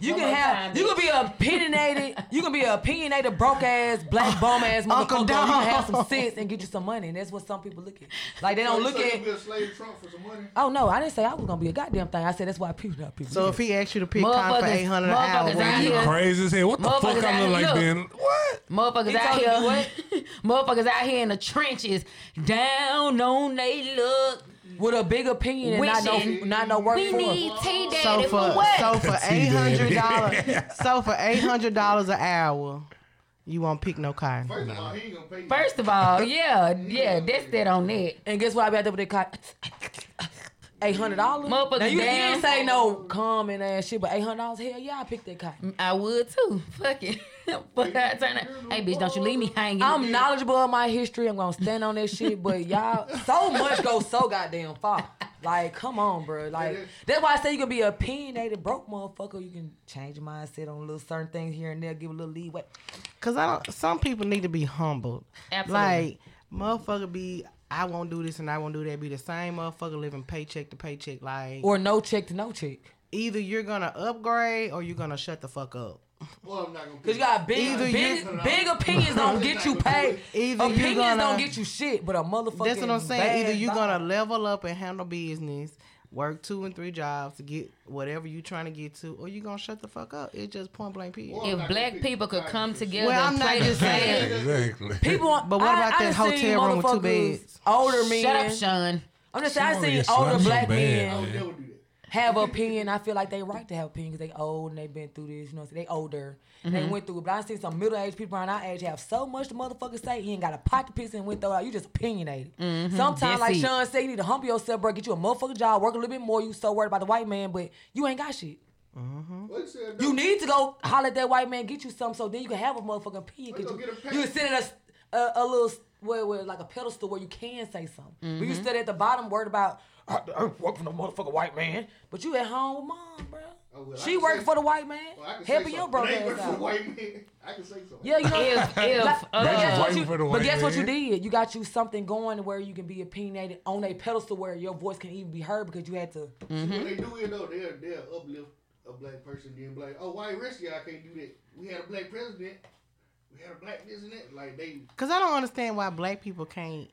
you One can more have, time, you bitch. can be opinionated, you can be an opinionated, broke ass, black bum ass motherfucker. Uncle You can have some Don. sense and get you some money, and that's what some people look at. Like they So don't look you say at. you be a slave to Trump for some money. Oh no, I didn't say I was gonna be a goddamn thing. I said that's why people not people. So if he asked you to pick cotton for Motherfuckers- eight hundred an hour, motherfuckers would out you- here- Crazy as hell. What the fuck Motherfuckers I out look like, here- man? What? Motherfuckers He out told here, you what? motherfuckers out here in the trenches, down on they luck. with a big opinion and not no Wishing. not no work We for. it. need tea so daddy for, for what? so for eight hundred dollars, daddy. so for eight hundred dollars an hour, you won't pick no cotton. First of all, oh, he ain't gonna pay you. First of all, yeah, yeah, that's that on that. And guess what? I be out there with that cotton. Eight hundred dollars. Motherfucker, Now you, you damn. didn't say no common ass shit, but eight hundred dollars. Hell yeah, I picked that cotton. I would too. Fuck it. Fuck I turn it. Hey bitch, don't you leave me hanging. I'm knowledgeable of my history. I'm gonna stand on that shit. But y'all, so much goes so goddamn far. Like, come on, bro. Like, that's why I say you can be a opinionated broke motherfucker. You can change your mindset on little certain things here and there, give a little leeway. Cause I don't. Some people need to be humbled. Absolutely. Like motherfucker, be I won't do this and I won't do that. Be the same motherfucker living paycheck to paycheck. Like Or no check to no check. either you're gonna upgrade or you're gonna shut the fuck up. Well, I'm not gonna pay Cause you got big, Either big, you- big opinions don't get you paid. Either you opinions gonna- don't get you shit, but a motherfucker. That's what I'm saying. Either you're gonna level up and handle business, work two and three jobs to get whatever you're trying to get to, or you're gonna shut the fuck up. It's just point blank period. if black people could come together Well, and I'm not play the just same. Exactly. People, want- But what I- about I that done seen hotel room with two motherfuckers, beds? Older men. Shut up, Sean. I'm just saying, I wanna seen get older slapped so bad, black men man. They would do that. have opinion. I feel like they right to have opinion because they old and they been through this. You know, what I'm saying? they older. and Mm-hmm. They went through it. But I seen some middle aged people around our age have so much to motherfuckers say. He ain't got a pocket piece and went through it. out. You just opinionated. Sometimes, Mm-hmm. That's like it. Sean said, you need to humble yourself, bro. Get you a motherfucking job, work a little bit more. You so worried about the white man, but you ain't got shit. What you said, You though? need to go holler at that white man, get you something, so then you can have a motherfucking opinion. 'cause Let's go you, get a pen. you can sit at a, a, a little, where, where, like a pedestal where you can say something. But Mm-hmm. "Uh, you stood at the bottom worried about, I, I work for no motherfucking white man. But you at home with mom, bro. Oh, well, I she can working say- for the white man, Well, I can say helping your something. broke They ass work for out. white men. I can say something. Yeah, you know, If- if, like- uh, but guess what They you, work for the but white guess what you man. did? You got you something going to where you can be opinionated on a pedestal where your voice can even be heard because you had to. Mm-hmm. See, What they do is though, they'll they'll uplift a black person, then be like, oh, why the rest of y'all can't do that? We had a black president, we had a black this and that. Like they Cause I don't understand why black people can't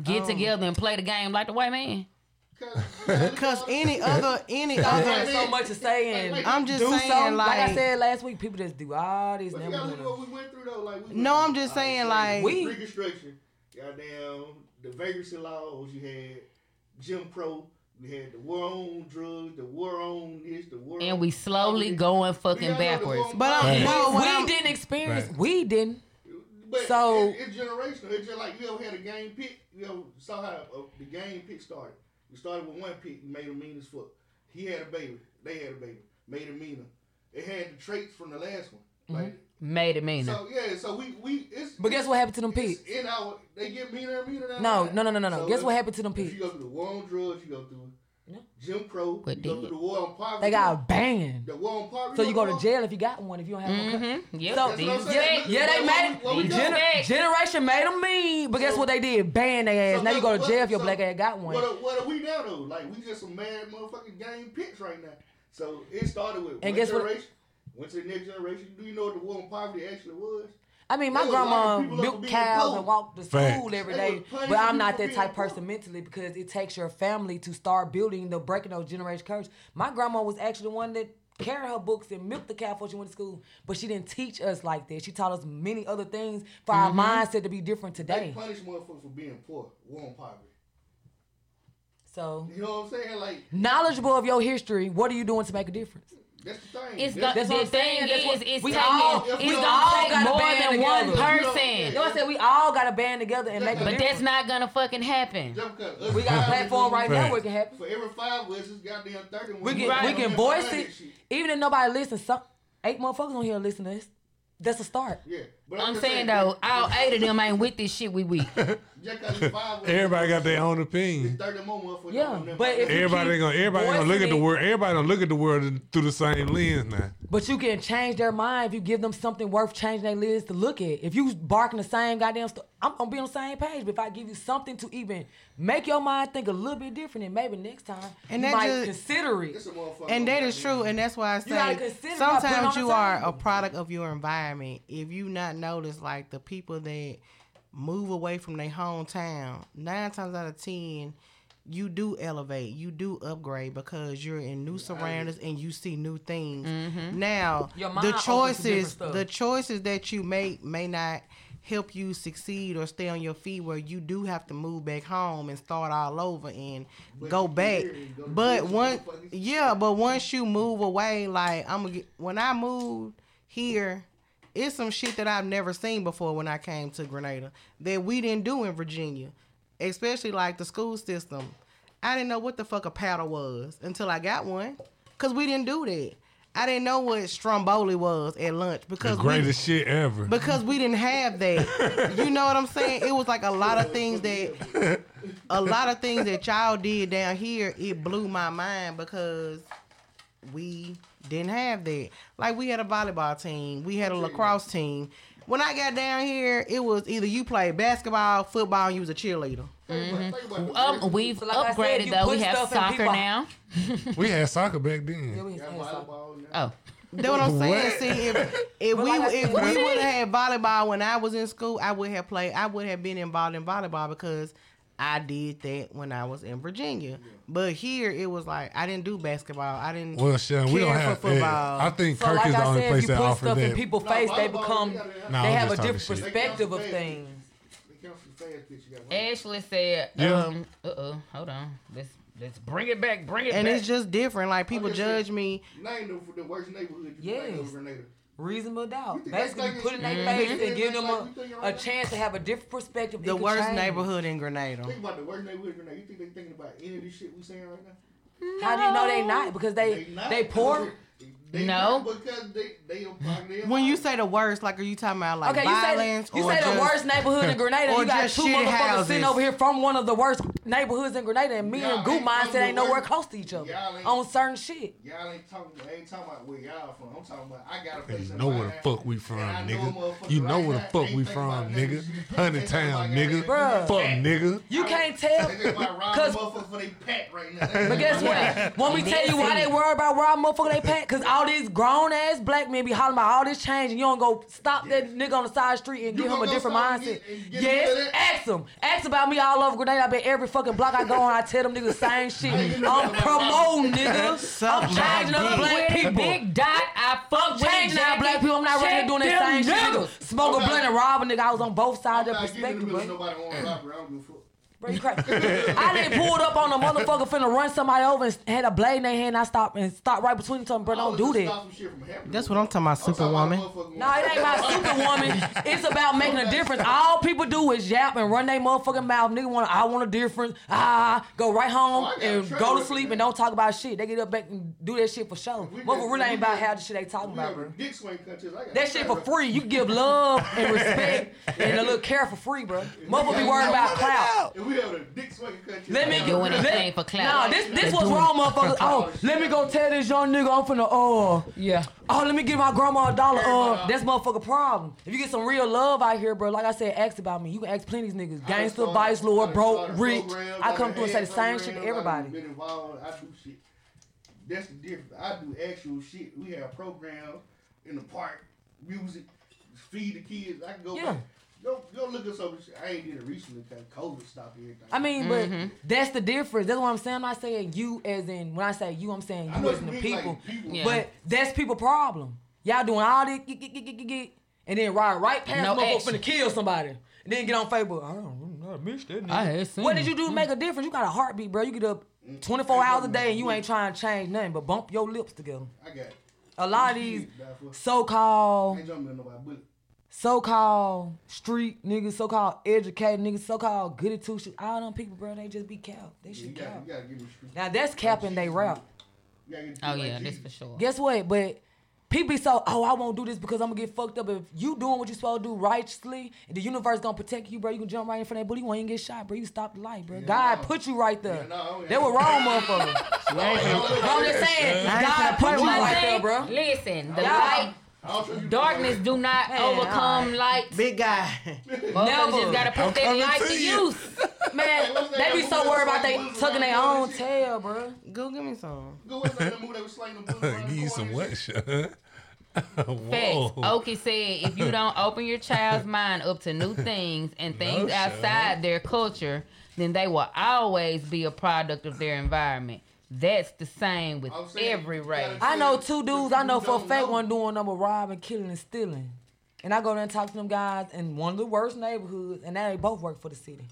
Get Oh. um, together and play the game like the white man. Cause any other any So other they have so much to say, and I'm just do saying, something. I like- said last week, people just do all these. But you gotta look what we went through though. Like we No, went I'm through just all saying, this like- We- reconstruction, goddamn the vagrancy laws. You had Jim Crow. You had the war on drugs, the war on this, the war. And on- we slowly going fucking backwards. uh, But I'm- no, we what I'm- didn't experience. Right. We didn't. But So- it, it's generational. It's just like you ever had a game pick. You ever saw how uh, the game pick started. You started with one pick. You made him mean as fuck. He had a baby. They had a baby. Made him meaner. It had the traits from the last one. Mm-hmm. Like, Made it mean. so yeah. So we we it's But guess what happened to them pigs? in our they get meaner and meaner. down No, the line. no, no, no, no, no. So Guess if- what happened to them if pigs? You go through the war on drugs. You go through Jim Crow. But you go they- through the war on poverty. They got banned. The war on poverty. So you go the to war- jail if you got one. If you don't have Mm-hmm. one, Mhm. Yep. so That's what I'm yeah, saying. yeah, they What- made what we it. do Gener- next? generation made them mean, but guess what they did? Ban their ass. so now you go to what- jail if your so black ass got one. What are, what are we now though? Like we just some mad motherfucking game picks right now. So it started with one And guess what- generation. Went to the next generation. Do you know what the war on poverty actually was? I mean, my There was a lot of people grandma up for milked being cows poor. and walked to Facts. school every They day, was punishing but I'm people not for that being type of person mentally because it takes your family to start building the breaking those generational curse. My grandma was actually the one that carried her books and milked the cow before she went to school, but she didn't teach us like that. She taught us many other things for Mhm. our mindset to be different They today. punish motherfuckers for being poor. War on poverty. So You know what I'm saying? Like knowledgeable of your history, what are you doing to make a difference? that's the thing. It's That's- the, That's what the I'm saying. thing That's is, what- it's we taking, all- it's we gonna all take gotta more band than one together. person. You know what I'm saying? We all got to band together and make a But that's difference. not gonna fucking happen. We got a platform right now where it can happen. For every five of us, it's goddamn thirty. We can, we can voice it. Even if nobody listens, some eight motherfuckers on here listen to this. That's a start. Yeah. But I'm saying though, all eight of them ain't with this shit we with. Just 'cause it's five of us, Everybody got their own opinion. thirty more motherfuckers. Yeah, but if you Everybody keep gonna everybody gonna look at the voicing it- world. Everybody gonna look at the world in- through the same lens now. But you can change their mind if you give them something worth changing their lids to look at. If you barking the same goddamn stuff, I'm gonna be on the same page. But if I give you something to even make your mind think a little bit different, and maybe next time And you that might just- consider it. And that is true, and that's why I You gotta say consider what I put sometimes on you the are table. a product of your environment. If you not notice, like the people that move away from their hometown, nine times out of ten, you do elevate, you do upgrade because you're in new surroundings and you see new things. Now, Mm-hmm. Your mind the opens to different choices, stuff. the choices that you make may not help you succeed or stay on your feet where you do have to move back home and start all over and go back but one yeah but once you move away like i'm get, when i moved here it's some shit that i've never seen before when i came to grenada that we didn't do in virginia especially like the school system i didn't know what the fuck a paddle was until i got one because we didn't do that i didn't know what stromboli was at lunch The because we- greatest shit ever. because we didn't have that. you know what I'm saying? It was like a lot of things that a lot of things that y'all did down here, it blew my mind because we didn't have that. Like we had a volleyball team, we had a lacrosse team. When I got down here, it was either you played basketball, football, and you was a cheerleader. mm-hmm. Mhm. Um, we've So like I said, upgraded you though. We put have stuff in soccer people- now. we had soccer back then. Oh, That's what I'm saying. What? See, if, if But we like I if said- we would have had volleyball when I was in school, I would have played. I would have been involved in volleyball because I did that when I was in Virginia. But here it was like I didn't do basketball. I didn't. Well, Sean, we care don't for have. football. Yeah, I think So Kirk like is the I only said, place if you that put offers stuff in that. people's face, they become Nah, they I'm have a just talking different shit. perspective of things. Ashley said. Yeah. Um, uh oh, hold on. Let's let's bring it back. Bring it And back. it's just different. Like people judge me. Name the, the worst neighborhood you Yes. can think of, Grenada. Reasonable doubt. think Basically, that's like putting their it's- face Mhm. and giving them You think it's a, a like- chance to have a different perspective. It Mm-hmm. The could worst change. neighborhood in Grenada. Think about the worst neighborhood in Grenada. You think they thinking about any of this shit we saying right now? How do you know they not? Because they They not. they poor. They No. not because they they don't fuck them. When you say the worst, like are you talking about like Okay, you say violence? you or say the just- worst neighborhood in Grenada. or You got just two shitty motherfuckers houses. sitting over here from one of the worst neighborhoods in Grenada, and me Y'all and Goo ain't mindset from ain't nowhere nowhere. close to each other Y'all ain't- on certain shit. Y'all ain't talking. I ain't talking about where y'all from. I'm talking about I got a place. You in know my where the house. fuck we from, I know a nigga. motherfucker You know right where the now fuck ain't we thinking from, about nigga. Hundred town, nigga. Bruh. Fuck, nigga. You can't tell. They think about robbing Cause, motherfuckers for they pack right now. but guess what? When we tell you why they worry about rob motherfucker they pack, cause all these grown ass black men be hollering about all this change, and you don't go stop that nigga on the side of the street and give him gonna a go different stop and mindset. get- and get rid of Yes, that? ask him. Ask about me all over Grenada. I bet every fucking block I go on, I tell them niggas the same shit. I'm promoting niggas. I'm Something changing I up did. black With it, people. big dot, I fuck with it, changing out Jackie. black people. I'm not right here Check doing that them same shit. niggas. nigga. Smoke a I'm blunt and rob a nigga. I was on both sides of I that get in the perspective, middle. bro. Nobody want to rob. her, I don't give a fuck. Bro, you crazy. I didn't pulled up on a motherfucker finna run somebody over and had a blade in their hand. I stopped and stopped right between them. Bro, don't do that. That's what I'm talking about, Superwoman. No, it ain't about superwoman. It's about making a difference. All people do is yap and run their motherfucking mouth. Nigga want I want a difference. Ah, go right home and go to sleep and don't talk about shit. They get up back and do that shit for show. Motherfucker really ain't about how the shit they talking about, bro. Dick swing countries. I got That shit for free. You give love and respect and a little care for free, bro. Motherfucker be worried about clout. If we have a dick swing country, Let me Doing let- anything for clout. Nah, this They this what's doing wrong, it for motherfucker. Oh, clout. let me go tell this young nigga I'm finna uh yeah. Oh, let me give my grandma a dollar. Uh, that's motherfucker problem. If you get some real love out here, bro, like I said, ask about me. You can ask plenty of these niggas, gangster, vice lord, broke, rich. I come through and say the same shit to everybody. Been involved. I do shit. That's the difference. I do actual shit. We have programs in the park, music, feed the kids. I can go. Yeah. Back. Go, go look at some shit. I ain't did it recently because COVID stopped everything. I mean, but Mm-hmm. that's the difference. That's what I'm saying. I'm not saying you as in when I say you, I'm saying I you know as in you the mean, people. like, people. Yeah. But that's people problem. Y'all doing all this get, get, get, get, get, get, and then ride right past No motherfucker action. finna kill somebody. And then get on Facebook. I don't know. I missed that nigga. I had seen What did him. you do to make a difference? You got a heartbeat, bro. You get up Mm. 24 hours a day and you ain't trying to change nothing but bump your lips together. I got A lot of these I so-called ain't jumping in nobody bullet. so-called street niggas, so-called educated niggas, so-called goody two shoes. All them people, bro, they just be cow. They You should gotta, cow. you gotta give them street. Now that's capping they rap. You gotta get Oh like yeah, Jesus. that's for sure. Guess what? But people be so, oh, I won't do this because I'm gonna get fucked up. If you doing what you supposed to do righteously, the universe gonna protect you, bro. You can jump right in front of that bully, you won't even get shot, bro. You stop the light, bro. God put you right there. Yeah, no, yeah. They were wrong, motherfucker. I'm just saying, I ain't God finna put play you with right you. there, bro. Listen, the Y'all- light, I don't trust you. darkness do not overcome light. Big guy. Motherfuckers Never. just gotta put that coming light to to you. use. Man, they be so worried about they tugging their own tail, bro. Go give me some. Go with that move that was slanging the bullet around the Give you some corner and what, shit. Sean? Facts. Oh. Whoa. Okie said, if you don't open your child's mind up to new things and things shit. outside their culture, then they will always be a product of their environment. That's the same with I'm saying, every you race. gotta- I know two dudes I know for a Don't fact know. one doing number robbing, killing, and stealing. And I go there and talk to them guys in one of the worst neighborhoods, and now they both work for the city.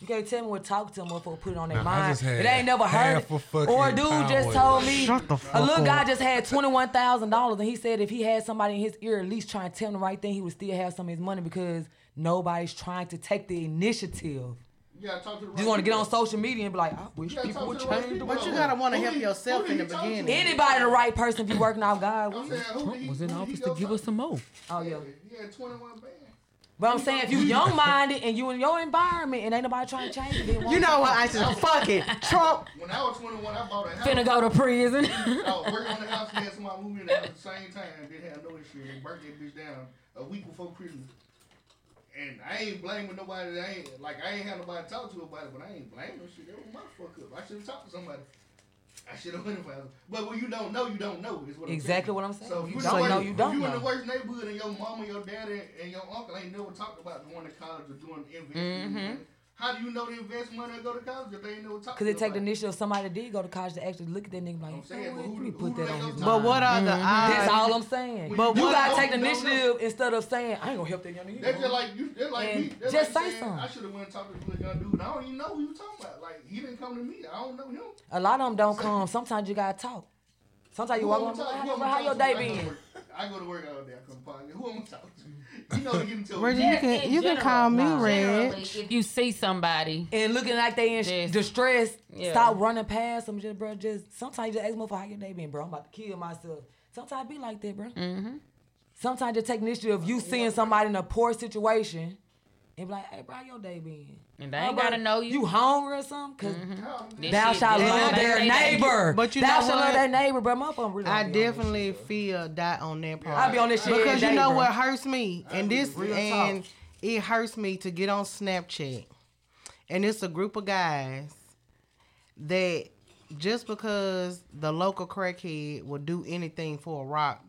You can't tell me what talk to them motherfucker put it on their Nah, I mind. just had It ain't never heard. half a It. fucking Or a dude just pound. told me Shut the a fuck little guy up. just had twenty one thousand dollars, and he said if he had somebody in his ear at least trying to tell him the right thing, he would still have some of his money because nobody's trying to take the initiative. You gotta talk to the right Just want to get people. on social media and be like, I wish You gotta people talk would to the right change the people. world. But you gotta wanna um Who help he- yourself who in he the talk to? beginning. Anybody the right person if you working off I'm God. will. saying, who he- Was in who he office go to give us some more. Oh yeah. He had 21 bands. But I'm saying if you young minded and you in your environment and ain't nobody trying to change it, then why- You know what? I said, fuck it. Trump. When I was 21, I bought a house. finna go to prison. I was working Oh, on the house, and had somebody move in at the same time. Didn't have no issue. They burnt that bitch down a week before Christmas. And I ain't blaming nobody. That I ain't like I ain't had nobody to talk to about it, but I ain't blaming them shit. That was my fuck up. I should have talked to somebody. I should have went and found- But when you don't know, you don't know. Is what Exactly I'm saying. what I'm saying. So You if you, don't in the know, worst- you don't if you in know. the worst neighborhood, and your mama, your daddy, and your uncle ain't never talked about going to college or doing investment. Mm-hmm. How do you know to invest money or go to college if they ain't never talked? Cause it take the nobody? initiative of somebody that did go to college to actually look at that nigga like, I'm saying, "You know but what? who let me do- put who that do on they his go to? mind. But what are the That's odds? all I'm saying. But you what- gotta take the don't know. initiative instead of saying, I ain't gonna help that young nigga. They're just like you. They're like And me. They're just like say saying, something. I should have went and talked to this little young dude. and I don't even know who you talking about. Like he didn't come to me. I don't know him. a lot of them don't come. Sometimes you gotta talk. Sometimes you Who walk I'ma around talk- like, who "Hey, I'ma bro, how talk your to? day I go to been? work- I go to work all day. I come party. Who am I talking to? You know to get into Reggie, you can you can call me Red. Generally, if you see somebody, And looking like they in Yes. distress, Yeah. stop running past them, just bro. Just sometimes you just ask motherfucker how your day been, bro. I'm about to kill myself. Sometimes be Mm-hmm. like that, bro. Sometimes just take initiative of you seeing somebody in a poor situation and be like, "Hey, bro, how your day been?" And they ain't bro, gotta know you. You hungry or something? because Mm-hmm. This thou shit shalt dead. love They- their they- they- neighbor. But you thou know shalt what? love their neighbor, bro. My phone really. I don't be on definitely feel that on that part. I be on that shit because every you day, know bro. what hurts me, and this real and it hurts me to get on Snapchat, and it's a group of guys that just because the local crackhead will do anything for a rock,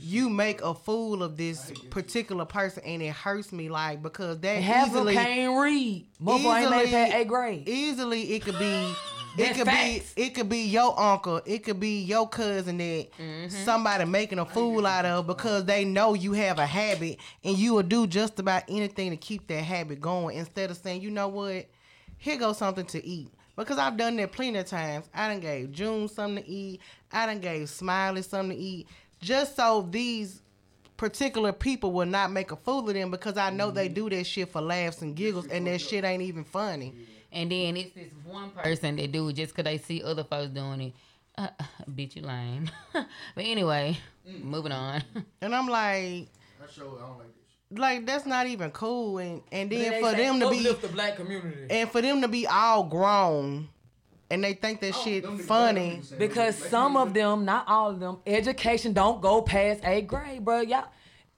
you make a fool of this particular person, and it hurts me like because that And half of them easily can't read. Motherfucker ain't made it past eighth grade. Easily, it could be. It That's could facts. be it could be your uncle, it could be your cousin that Mm-hmm. somebody Oh, making a fool out of because they know you have a habit and you will do just about anything to keep that habit going instead of saying, you know what, here goes something to eat. Because I've done that plenty of times. I done gave June something to eat. I done gave Smiley something to eat. Just so these particular people will not make a fool of them because I know Mm-hmm. they do that shit for laughs and giggles and that shit ain't even funny. And then it's this one person that do it just because they see other folks doing it. Uh, uh, bitch, you lame. but anyway, Mm. moving on. And I'm like, That show, I don't like this. like that's not even cool. And and But then they for say them to be uplift the black community and for them to be all grown, and they think Oh, that shit funny. because some of them, not all of them, education don't go past eighth grade, bro. Y'all.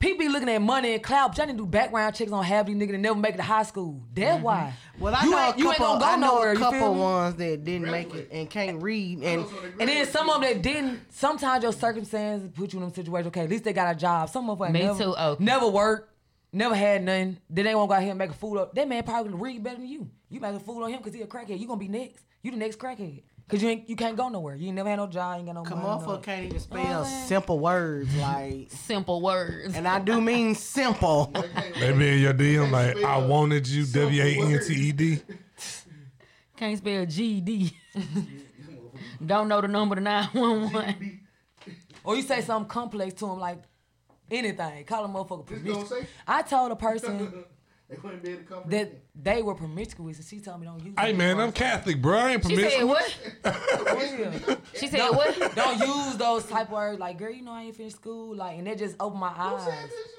People be looking at money and clout, but y'all need to do background checks on half these niggas that never make it to high school. That's why. Mm-hmm. Well, I you know ain't, a you ain't couple, gonna go I know nowhere. a you feel couple me? ones that didn't make it and can't read, and And then some of them that didn't. Sometimes your circumstances put you in them situations. Okay, at least they got a job. Some of them Me never, too, okay. never worked, never had nothing. Then they won't go out here and make a fool up. That man probably can read better than you. You make a fool on him because he a crackhead. You gonna be next. You the next crackhead because you ain't you can't go nowhere. You ain't never had no job. Ain't got no come money. off no- of can't even Oh, spell man. simple words like, Simple words. and I do mean simple. Maybe in your DM like I wanted you W A N T E D. Can't spell GD. Don't know the number to 911. Or you say something complex to him like anything. Call a motherfucker gonna promiscuous. say- I told a person They wouldn't be able to come from that they were promiscuous, and she told me don't use. Hey those man, I'm words. Catholic, bro. I ain't She said permission. what? She said what? Don't use those type words like, girl, you know I ain't finished school, like, and that just opened my eyes.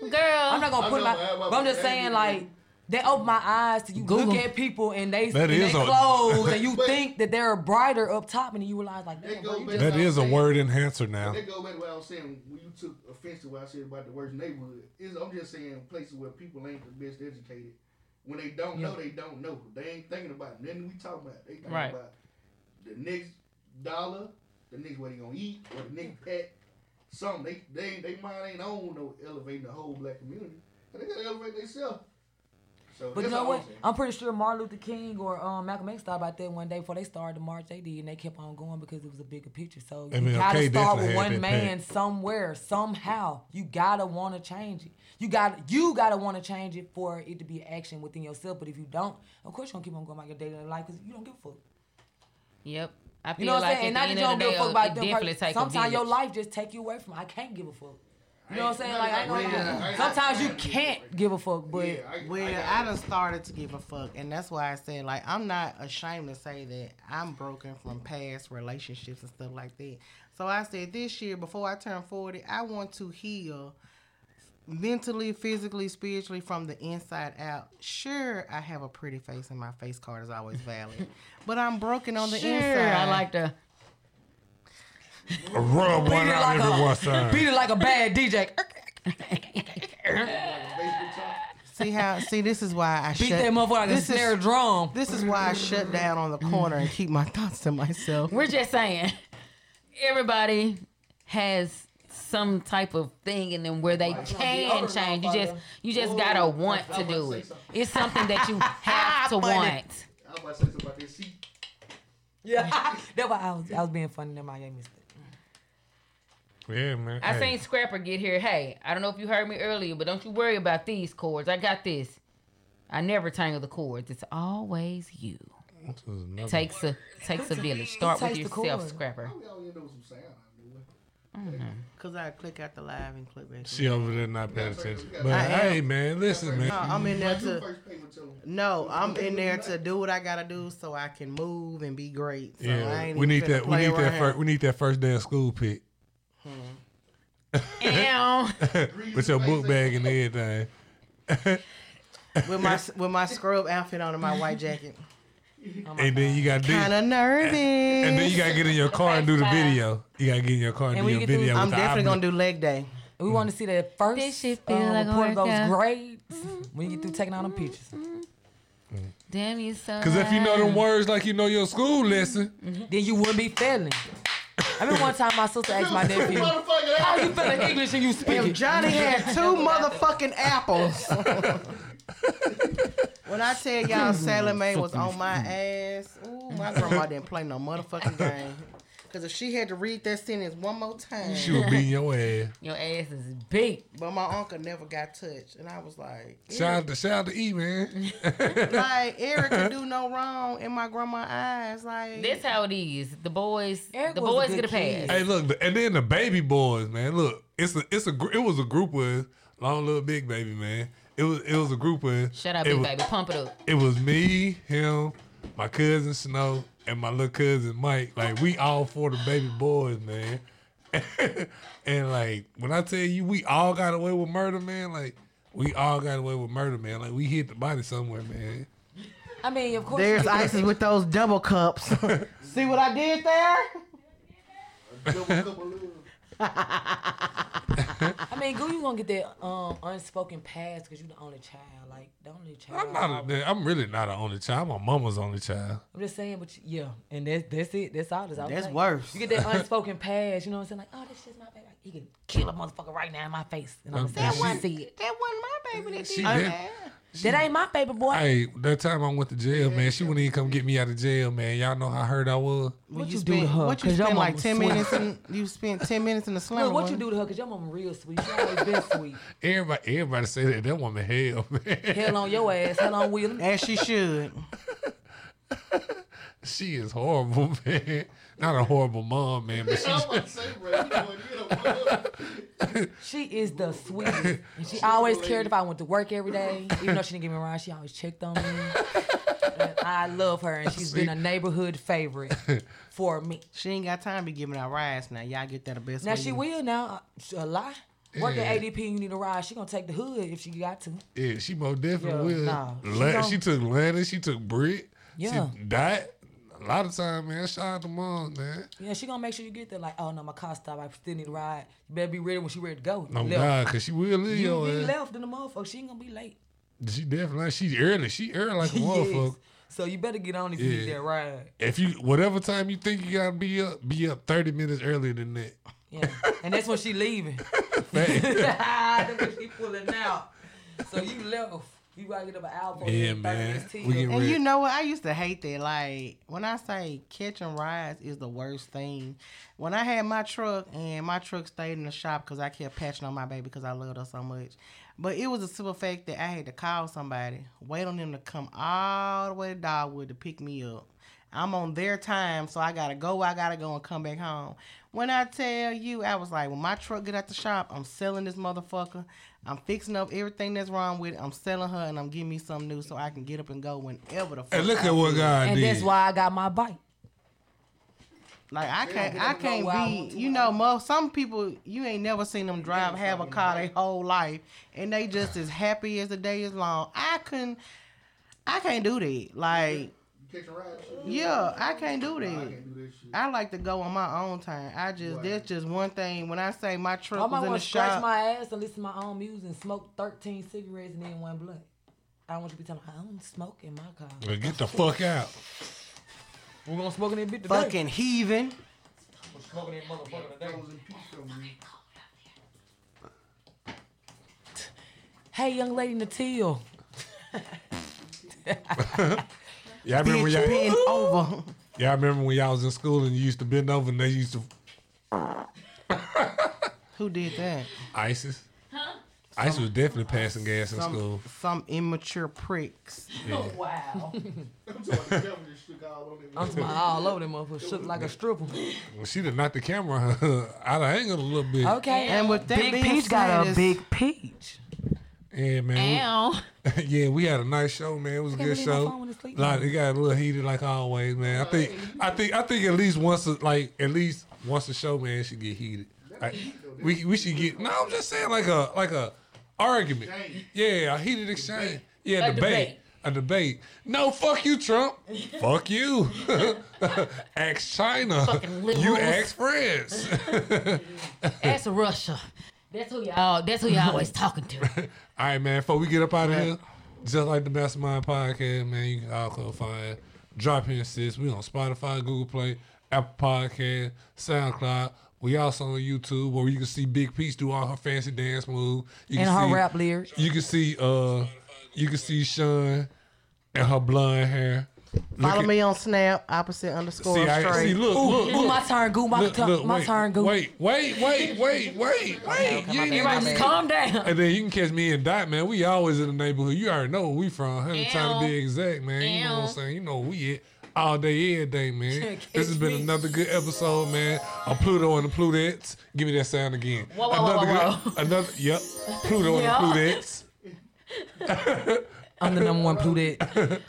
I'm Girl. not gonna put my, but I'm just saying like. They open my eyes to you Google. look at people and they That and is they a- clothes and you think that they're brighter up top and you realize like damn, bro, you just, That is a word enhancer now. That go back to what I was saying when you took offense to what I said about the worst neighborhood. Is I'm just saying places where people ain't the best educated. When they don't know, they don't know. They ain't thinking about nothing we talking about. They thinking Right. about the next dollar, the next what they gonna eat, or the next pet. Something they they they mind ain't on no elevating the whole black community. And they gotta elevate themselves. So but you that's know all what? I'm saying. I'm pretty sure Martin Luther King or um, Malcolm X thought about that one day before they started the march they did and they kept on going because it was a bigger picture. So you MLK gotta start definitely with had one that man pack. somewhere, somehow. You gotta wanna change it. You got you gotta wanna change it for it to be action within yourself. But if you don't, of course you're gonna keep on going about your day-to-day life because you don't give a fuck. Yep. I feel You know what I'm like saying? And at not the end that you of don't the give a day, uh, oh, fuck it about them. definitely person. take a Sometimes your village. life just take you away from. I can't give a fuck. You know what I'm saying? I Like I ain't gonna. ain't- I lie. ain't- Sometimes you can't give a fuck, but Yeah, I- Well, I done started to give a fuck, and that's why I said like I'm not ashamed to say that I'm broken from past relationships and stuff like that. So I said this year before I turn 40, I want to heal mentally, physically, spiritually from the inside out. Sure, I have a pretty face, and my face card is always valid, but I'm broken on the Sure, inside. I like the. Rub beat one it out like every once a beat time. it like a bad DJ. see how see this is why I Beat shut that motherfucker like a this is- snare drum. This is why I shut down on the corner and keep my thoughts to myself. We're just saying, everybody has some type of thing in them where they can change. You just you just gotta want to do it. It's something that you have to want. I was about to say something about this seat. Yeah, that's why I was I was being funny. Never mind, I missed it. Yeah, man. I Hey, seen Scrapper get here. Hey, I don't know if you heard me earlier, but don't you worry about these cords. I got this. I never tangle the cords. It's always you. this is another- Takes a takes a village. Start with takes the yourself, cord? Scrapper. We all end up with some sound out of nowhere. Cause I click out the live and click back. She over there not paying attention. But hey, man, listen, No, man. Uh, I'm in there to First paper to them. no, I'm in there to do what I gotta do so I can move and be great. So I Yeah, ain't we even need finna that. We play need that around. first. We need that first day of school pick Ow. with your book bag and everything. with my with my scrub outfit on and my white jacket. and then you got Kind of nervous. And then you gotta get in your car and do the video. You gotta get in your car and, And do when your you get through- video. I'm with definitely the gonna do leg day. We want to see that first this shit feel like a report of those workout. grades when you get through taking all them pictures. Damn you so. Because if you know them words like you know your school lesson, then you wouldn't be failing. I remember one time my sister asked my nephew, "How you feeling English and you speak If it?" Johnny had two motherfucking apples. when I tell y'all Sally Mae was on my ass, ooh, my grandma didn't play no motherfucking game. Cause if she had to read that sentence one more time, she was beating your ass. Your ass is beat. But my uncle never got touched, and I was like, Shout out to shout out to E man. like Eric could do no wrong in my grandma's eyes. Like That's how it is. The boys, Eric the was a boys good get a pass. Hey, look, the- and then the baby boys, man. Look, it's a, it's a, gr- it was a group of long little big baby, man. It was, it was a group of. Shut up, it big was- baby. Pump it up. It was me, him, my cousin Snow, and my little cousin Mike. Like we all for the baby boys, man. and like when I tell you, we all got away with murder, man. Like we all got away with murder, man. Like we hit the body somewhere, man. I mean, of course. there's ices with those double cups. See what I did there? I mean, go you gonna get that um, unspoken pass because you the only child. Like the only child. I'm not. A, I'm really not an only child. My mama's only child. I'm just saying, but you- yeah, and that's that's it. That's all. That's all. That's Like, worse. You get that unspoken pass. You know what I'm saying? Like, oh, this shit's my baby. Like, he can kill a motherfucker right now in my face, and I'm Okay, gonna say, I she- want to see it. That wasn't my baby. She did. that ain't my baby, boy. Hey, that time I went to jail, man, she wouldn't even come get me out of jail, man. Y'all know how hurt I was. What you, spend, What you spend like ten minutes in? You spend ten minutes in the slammer. Look, what you wasn't it? do to her? Cause your mama real sweet. She always been sweet. Everybody, everybody say that that woman hell, man. Hell on your ass. Hell on William. As she should. She is horrible, man. Not a horrible mom, man, but she's She is the sweetest. And she always cared if I went to work every day. Even though she didn't get me around, she always checked on me. And I love her, and she's been a neighborhood favorite for me. She ain't got time to be giving out rides now. Y'all get that the best. Now way she you- will now. uh, A lie. Work Yeah. at ADP, you need a ride. She gonna take the hood if she got to. yeah, she most Yeah, definitely will. nah, she La- don't- she, took Landon, she took Britt. Yeah. She died. A lot of time, man. Shout out to mom, man. Yeah, she gonna make sure you get there. Like, oh no, my car stopped. I still need a ride. You better be ready when she ready to go. You No left. Oh, God, cause she will leave You your be ass. left in the motherfucker. She ain't gonna be late. She definitely she early. She early like a Yes. motherfucker. So you better get on if you Yeah. get that ride. If you whatever time you think you gotta be up, be up thirty minutes earlier than that. Yeah, and that's when she leaving. that's when she pulling out. So you left. You gotta get up an hour. Yeah, man. We get And rid- you know what? I used to hate that. Like when I say catching rides is the worst thing. When I had my truck and my truck stayed in the shop because I kept patching on my baby because I loved her so much. But it was a simple fact that I had to call somebody, wait on them to come all the way to Dogwood to pick me up. I'm on their time, so I gotta go. where I gotta go and come back home. When I tell you, I was like, when my truck get out the shop, I'm selling this motherfucker. I'm fixing up everything that's wrong with it. I'm selling her, and I'm getting me something new so I can get up and go whenever the fuck. And look I at what feel. God And that's why I got my bike. Like I can't, Yeah, I I don't know why I can't want be. You know, most some people you ain't never seen them drive, have a car their whole life, and they just as happy as the day is long. I couldn't, I can't do that. Like, yeah, I can't do that. I like to go on my own time. I just that's just one thing. When I say my I truck might was in want the to scratch shop, my ass and listen to my own music and smoke 13 cigarettes and then one blunt. I don't want you to be telling me, I don't smoke in my car. Well, get the fuck out. We're going to smoke in that bitch today. fucking heathen. Hey, young lady Natil. Yeah, I remember Bitch, bend y'all. over. Yeah, I remember when y'all was in school and you used to bend over and they used to. Who did that? ISIS. ISIS was definitely passing gas in Some- school. Some immature pricks. Yeah. Wow. I'm talking all over them motherfuckers. Shook like a stripper. Well, she did knock the camera out of angle a little bit. Okay. And with that Big being Peach got a said, big peach. Yeah, man. we- yeah, we had a nice show, man. It was a can't good believe my show. phone went to sleep. Like it got a little heated, like always, man. I think, I think, I think at least once, a, like at least once a show, man, it should get heated. Like, we we should get. No, I'm just saying, like a like a argument. Yeah, a heated exchange. Yeah, A debate. debate. A debate. No, fuck you, Trump. fuck you. ask China. Fucking You liberals. ask France. That's Russia. That's who y'all. That's who y'all always talking to. All right, man. Before we get up out of here, just like the Best Mind Podcast, man, you can also find Drop In Sis. We on Spotify, Google Play, Apple Podcast, SoundCloud. We also on YouTube where you can see Big Peach do all her fancy dance moves. You And can her see- rap lyrics. You can see uh, you can see Sean and her blonde hair. Look Follow at- me on Snap, opposite underscore See, I- straight. see, look, Ooh, look, ooh, look. my turn, goo, Look, look, wait, Wait, wait, wait, wait, wait, wait. You ain't Everybody even- just calm down. And then you can catch me and Dot, man. We always in the neighborhood. You already know where we from. Honey, time to be Ew. exact, man. You know what I'm Ew. saying? You know where we at all day, every day, man. this has been another good episode, man. Of Pluto and the Plutettes. Give me that sound again. Whoa, whoa, whoa, another whoa, good, another yep. Pluto Yeah. and the Plutettes. I'm the number one Plutet.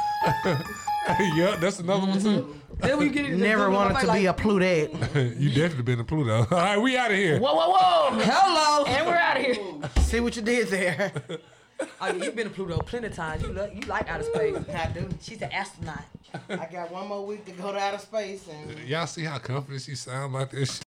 yep, that's another one too. Then we get Never wanted to be a Plutette. Mm-hmm. you definitely been a Pluto. All right, we out of here. Whoa, whoa, whoa! Hello. And we're out of here. See what you did there. Oh, yeah, you've been to Pluto plenty of times. You look, you like outer space. I do. She's an astronaut. I got one more week to go to outer space and. Y'all see how confident she sound about this?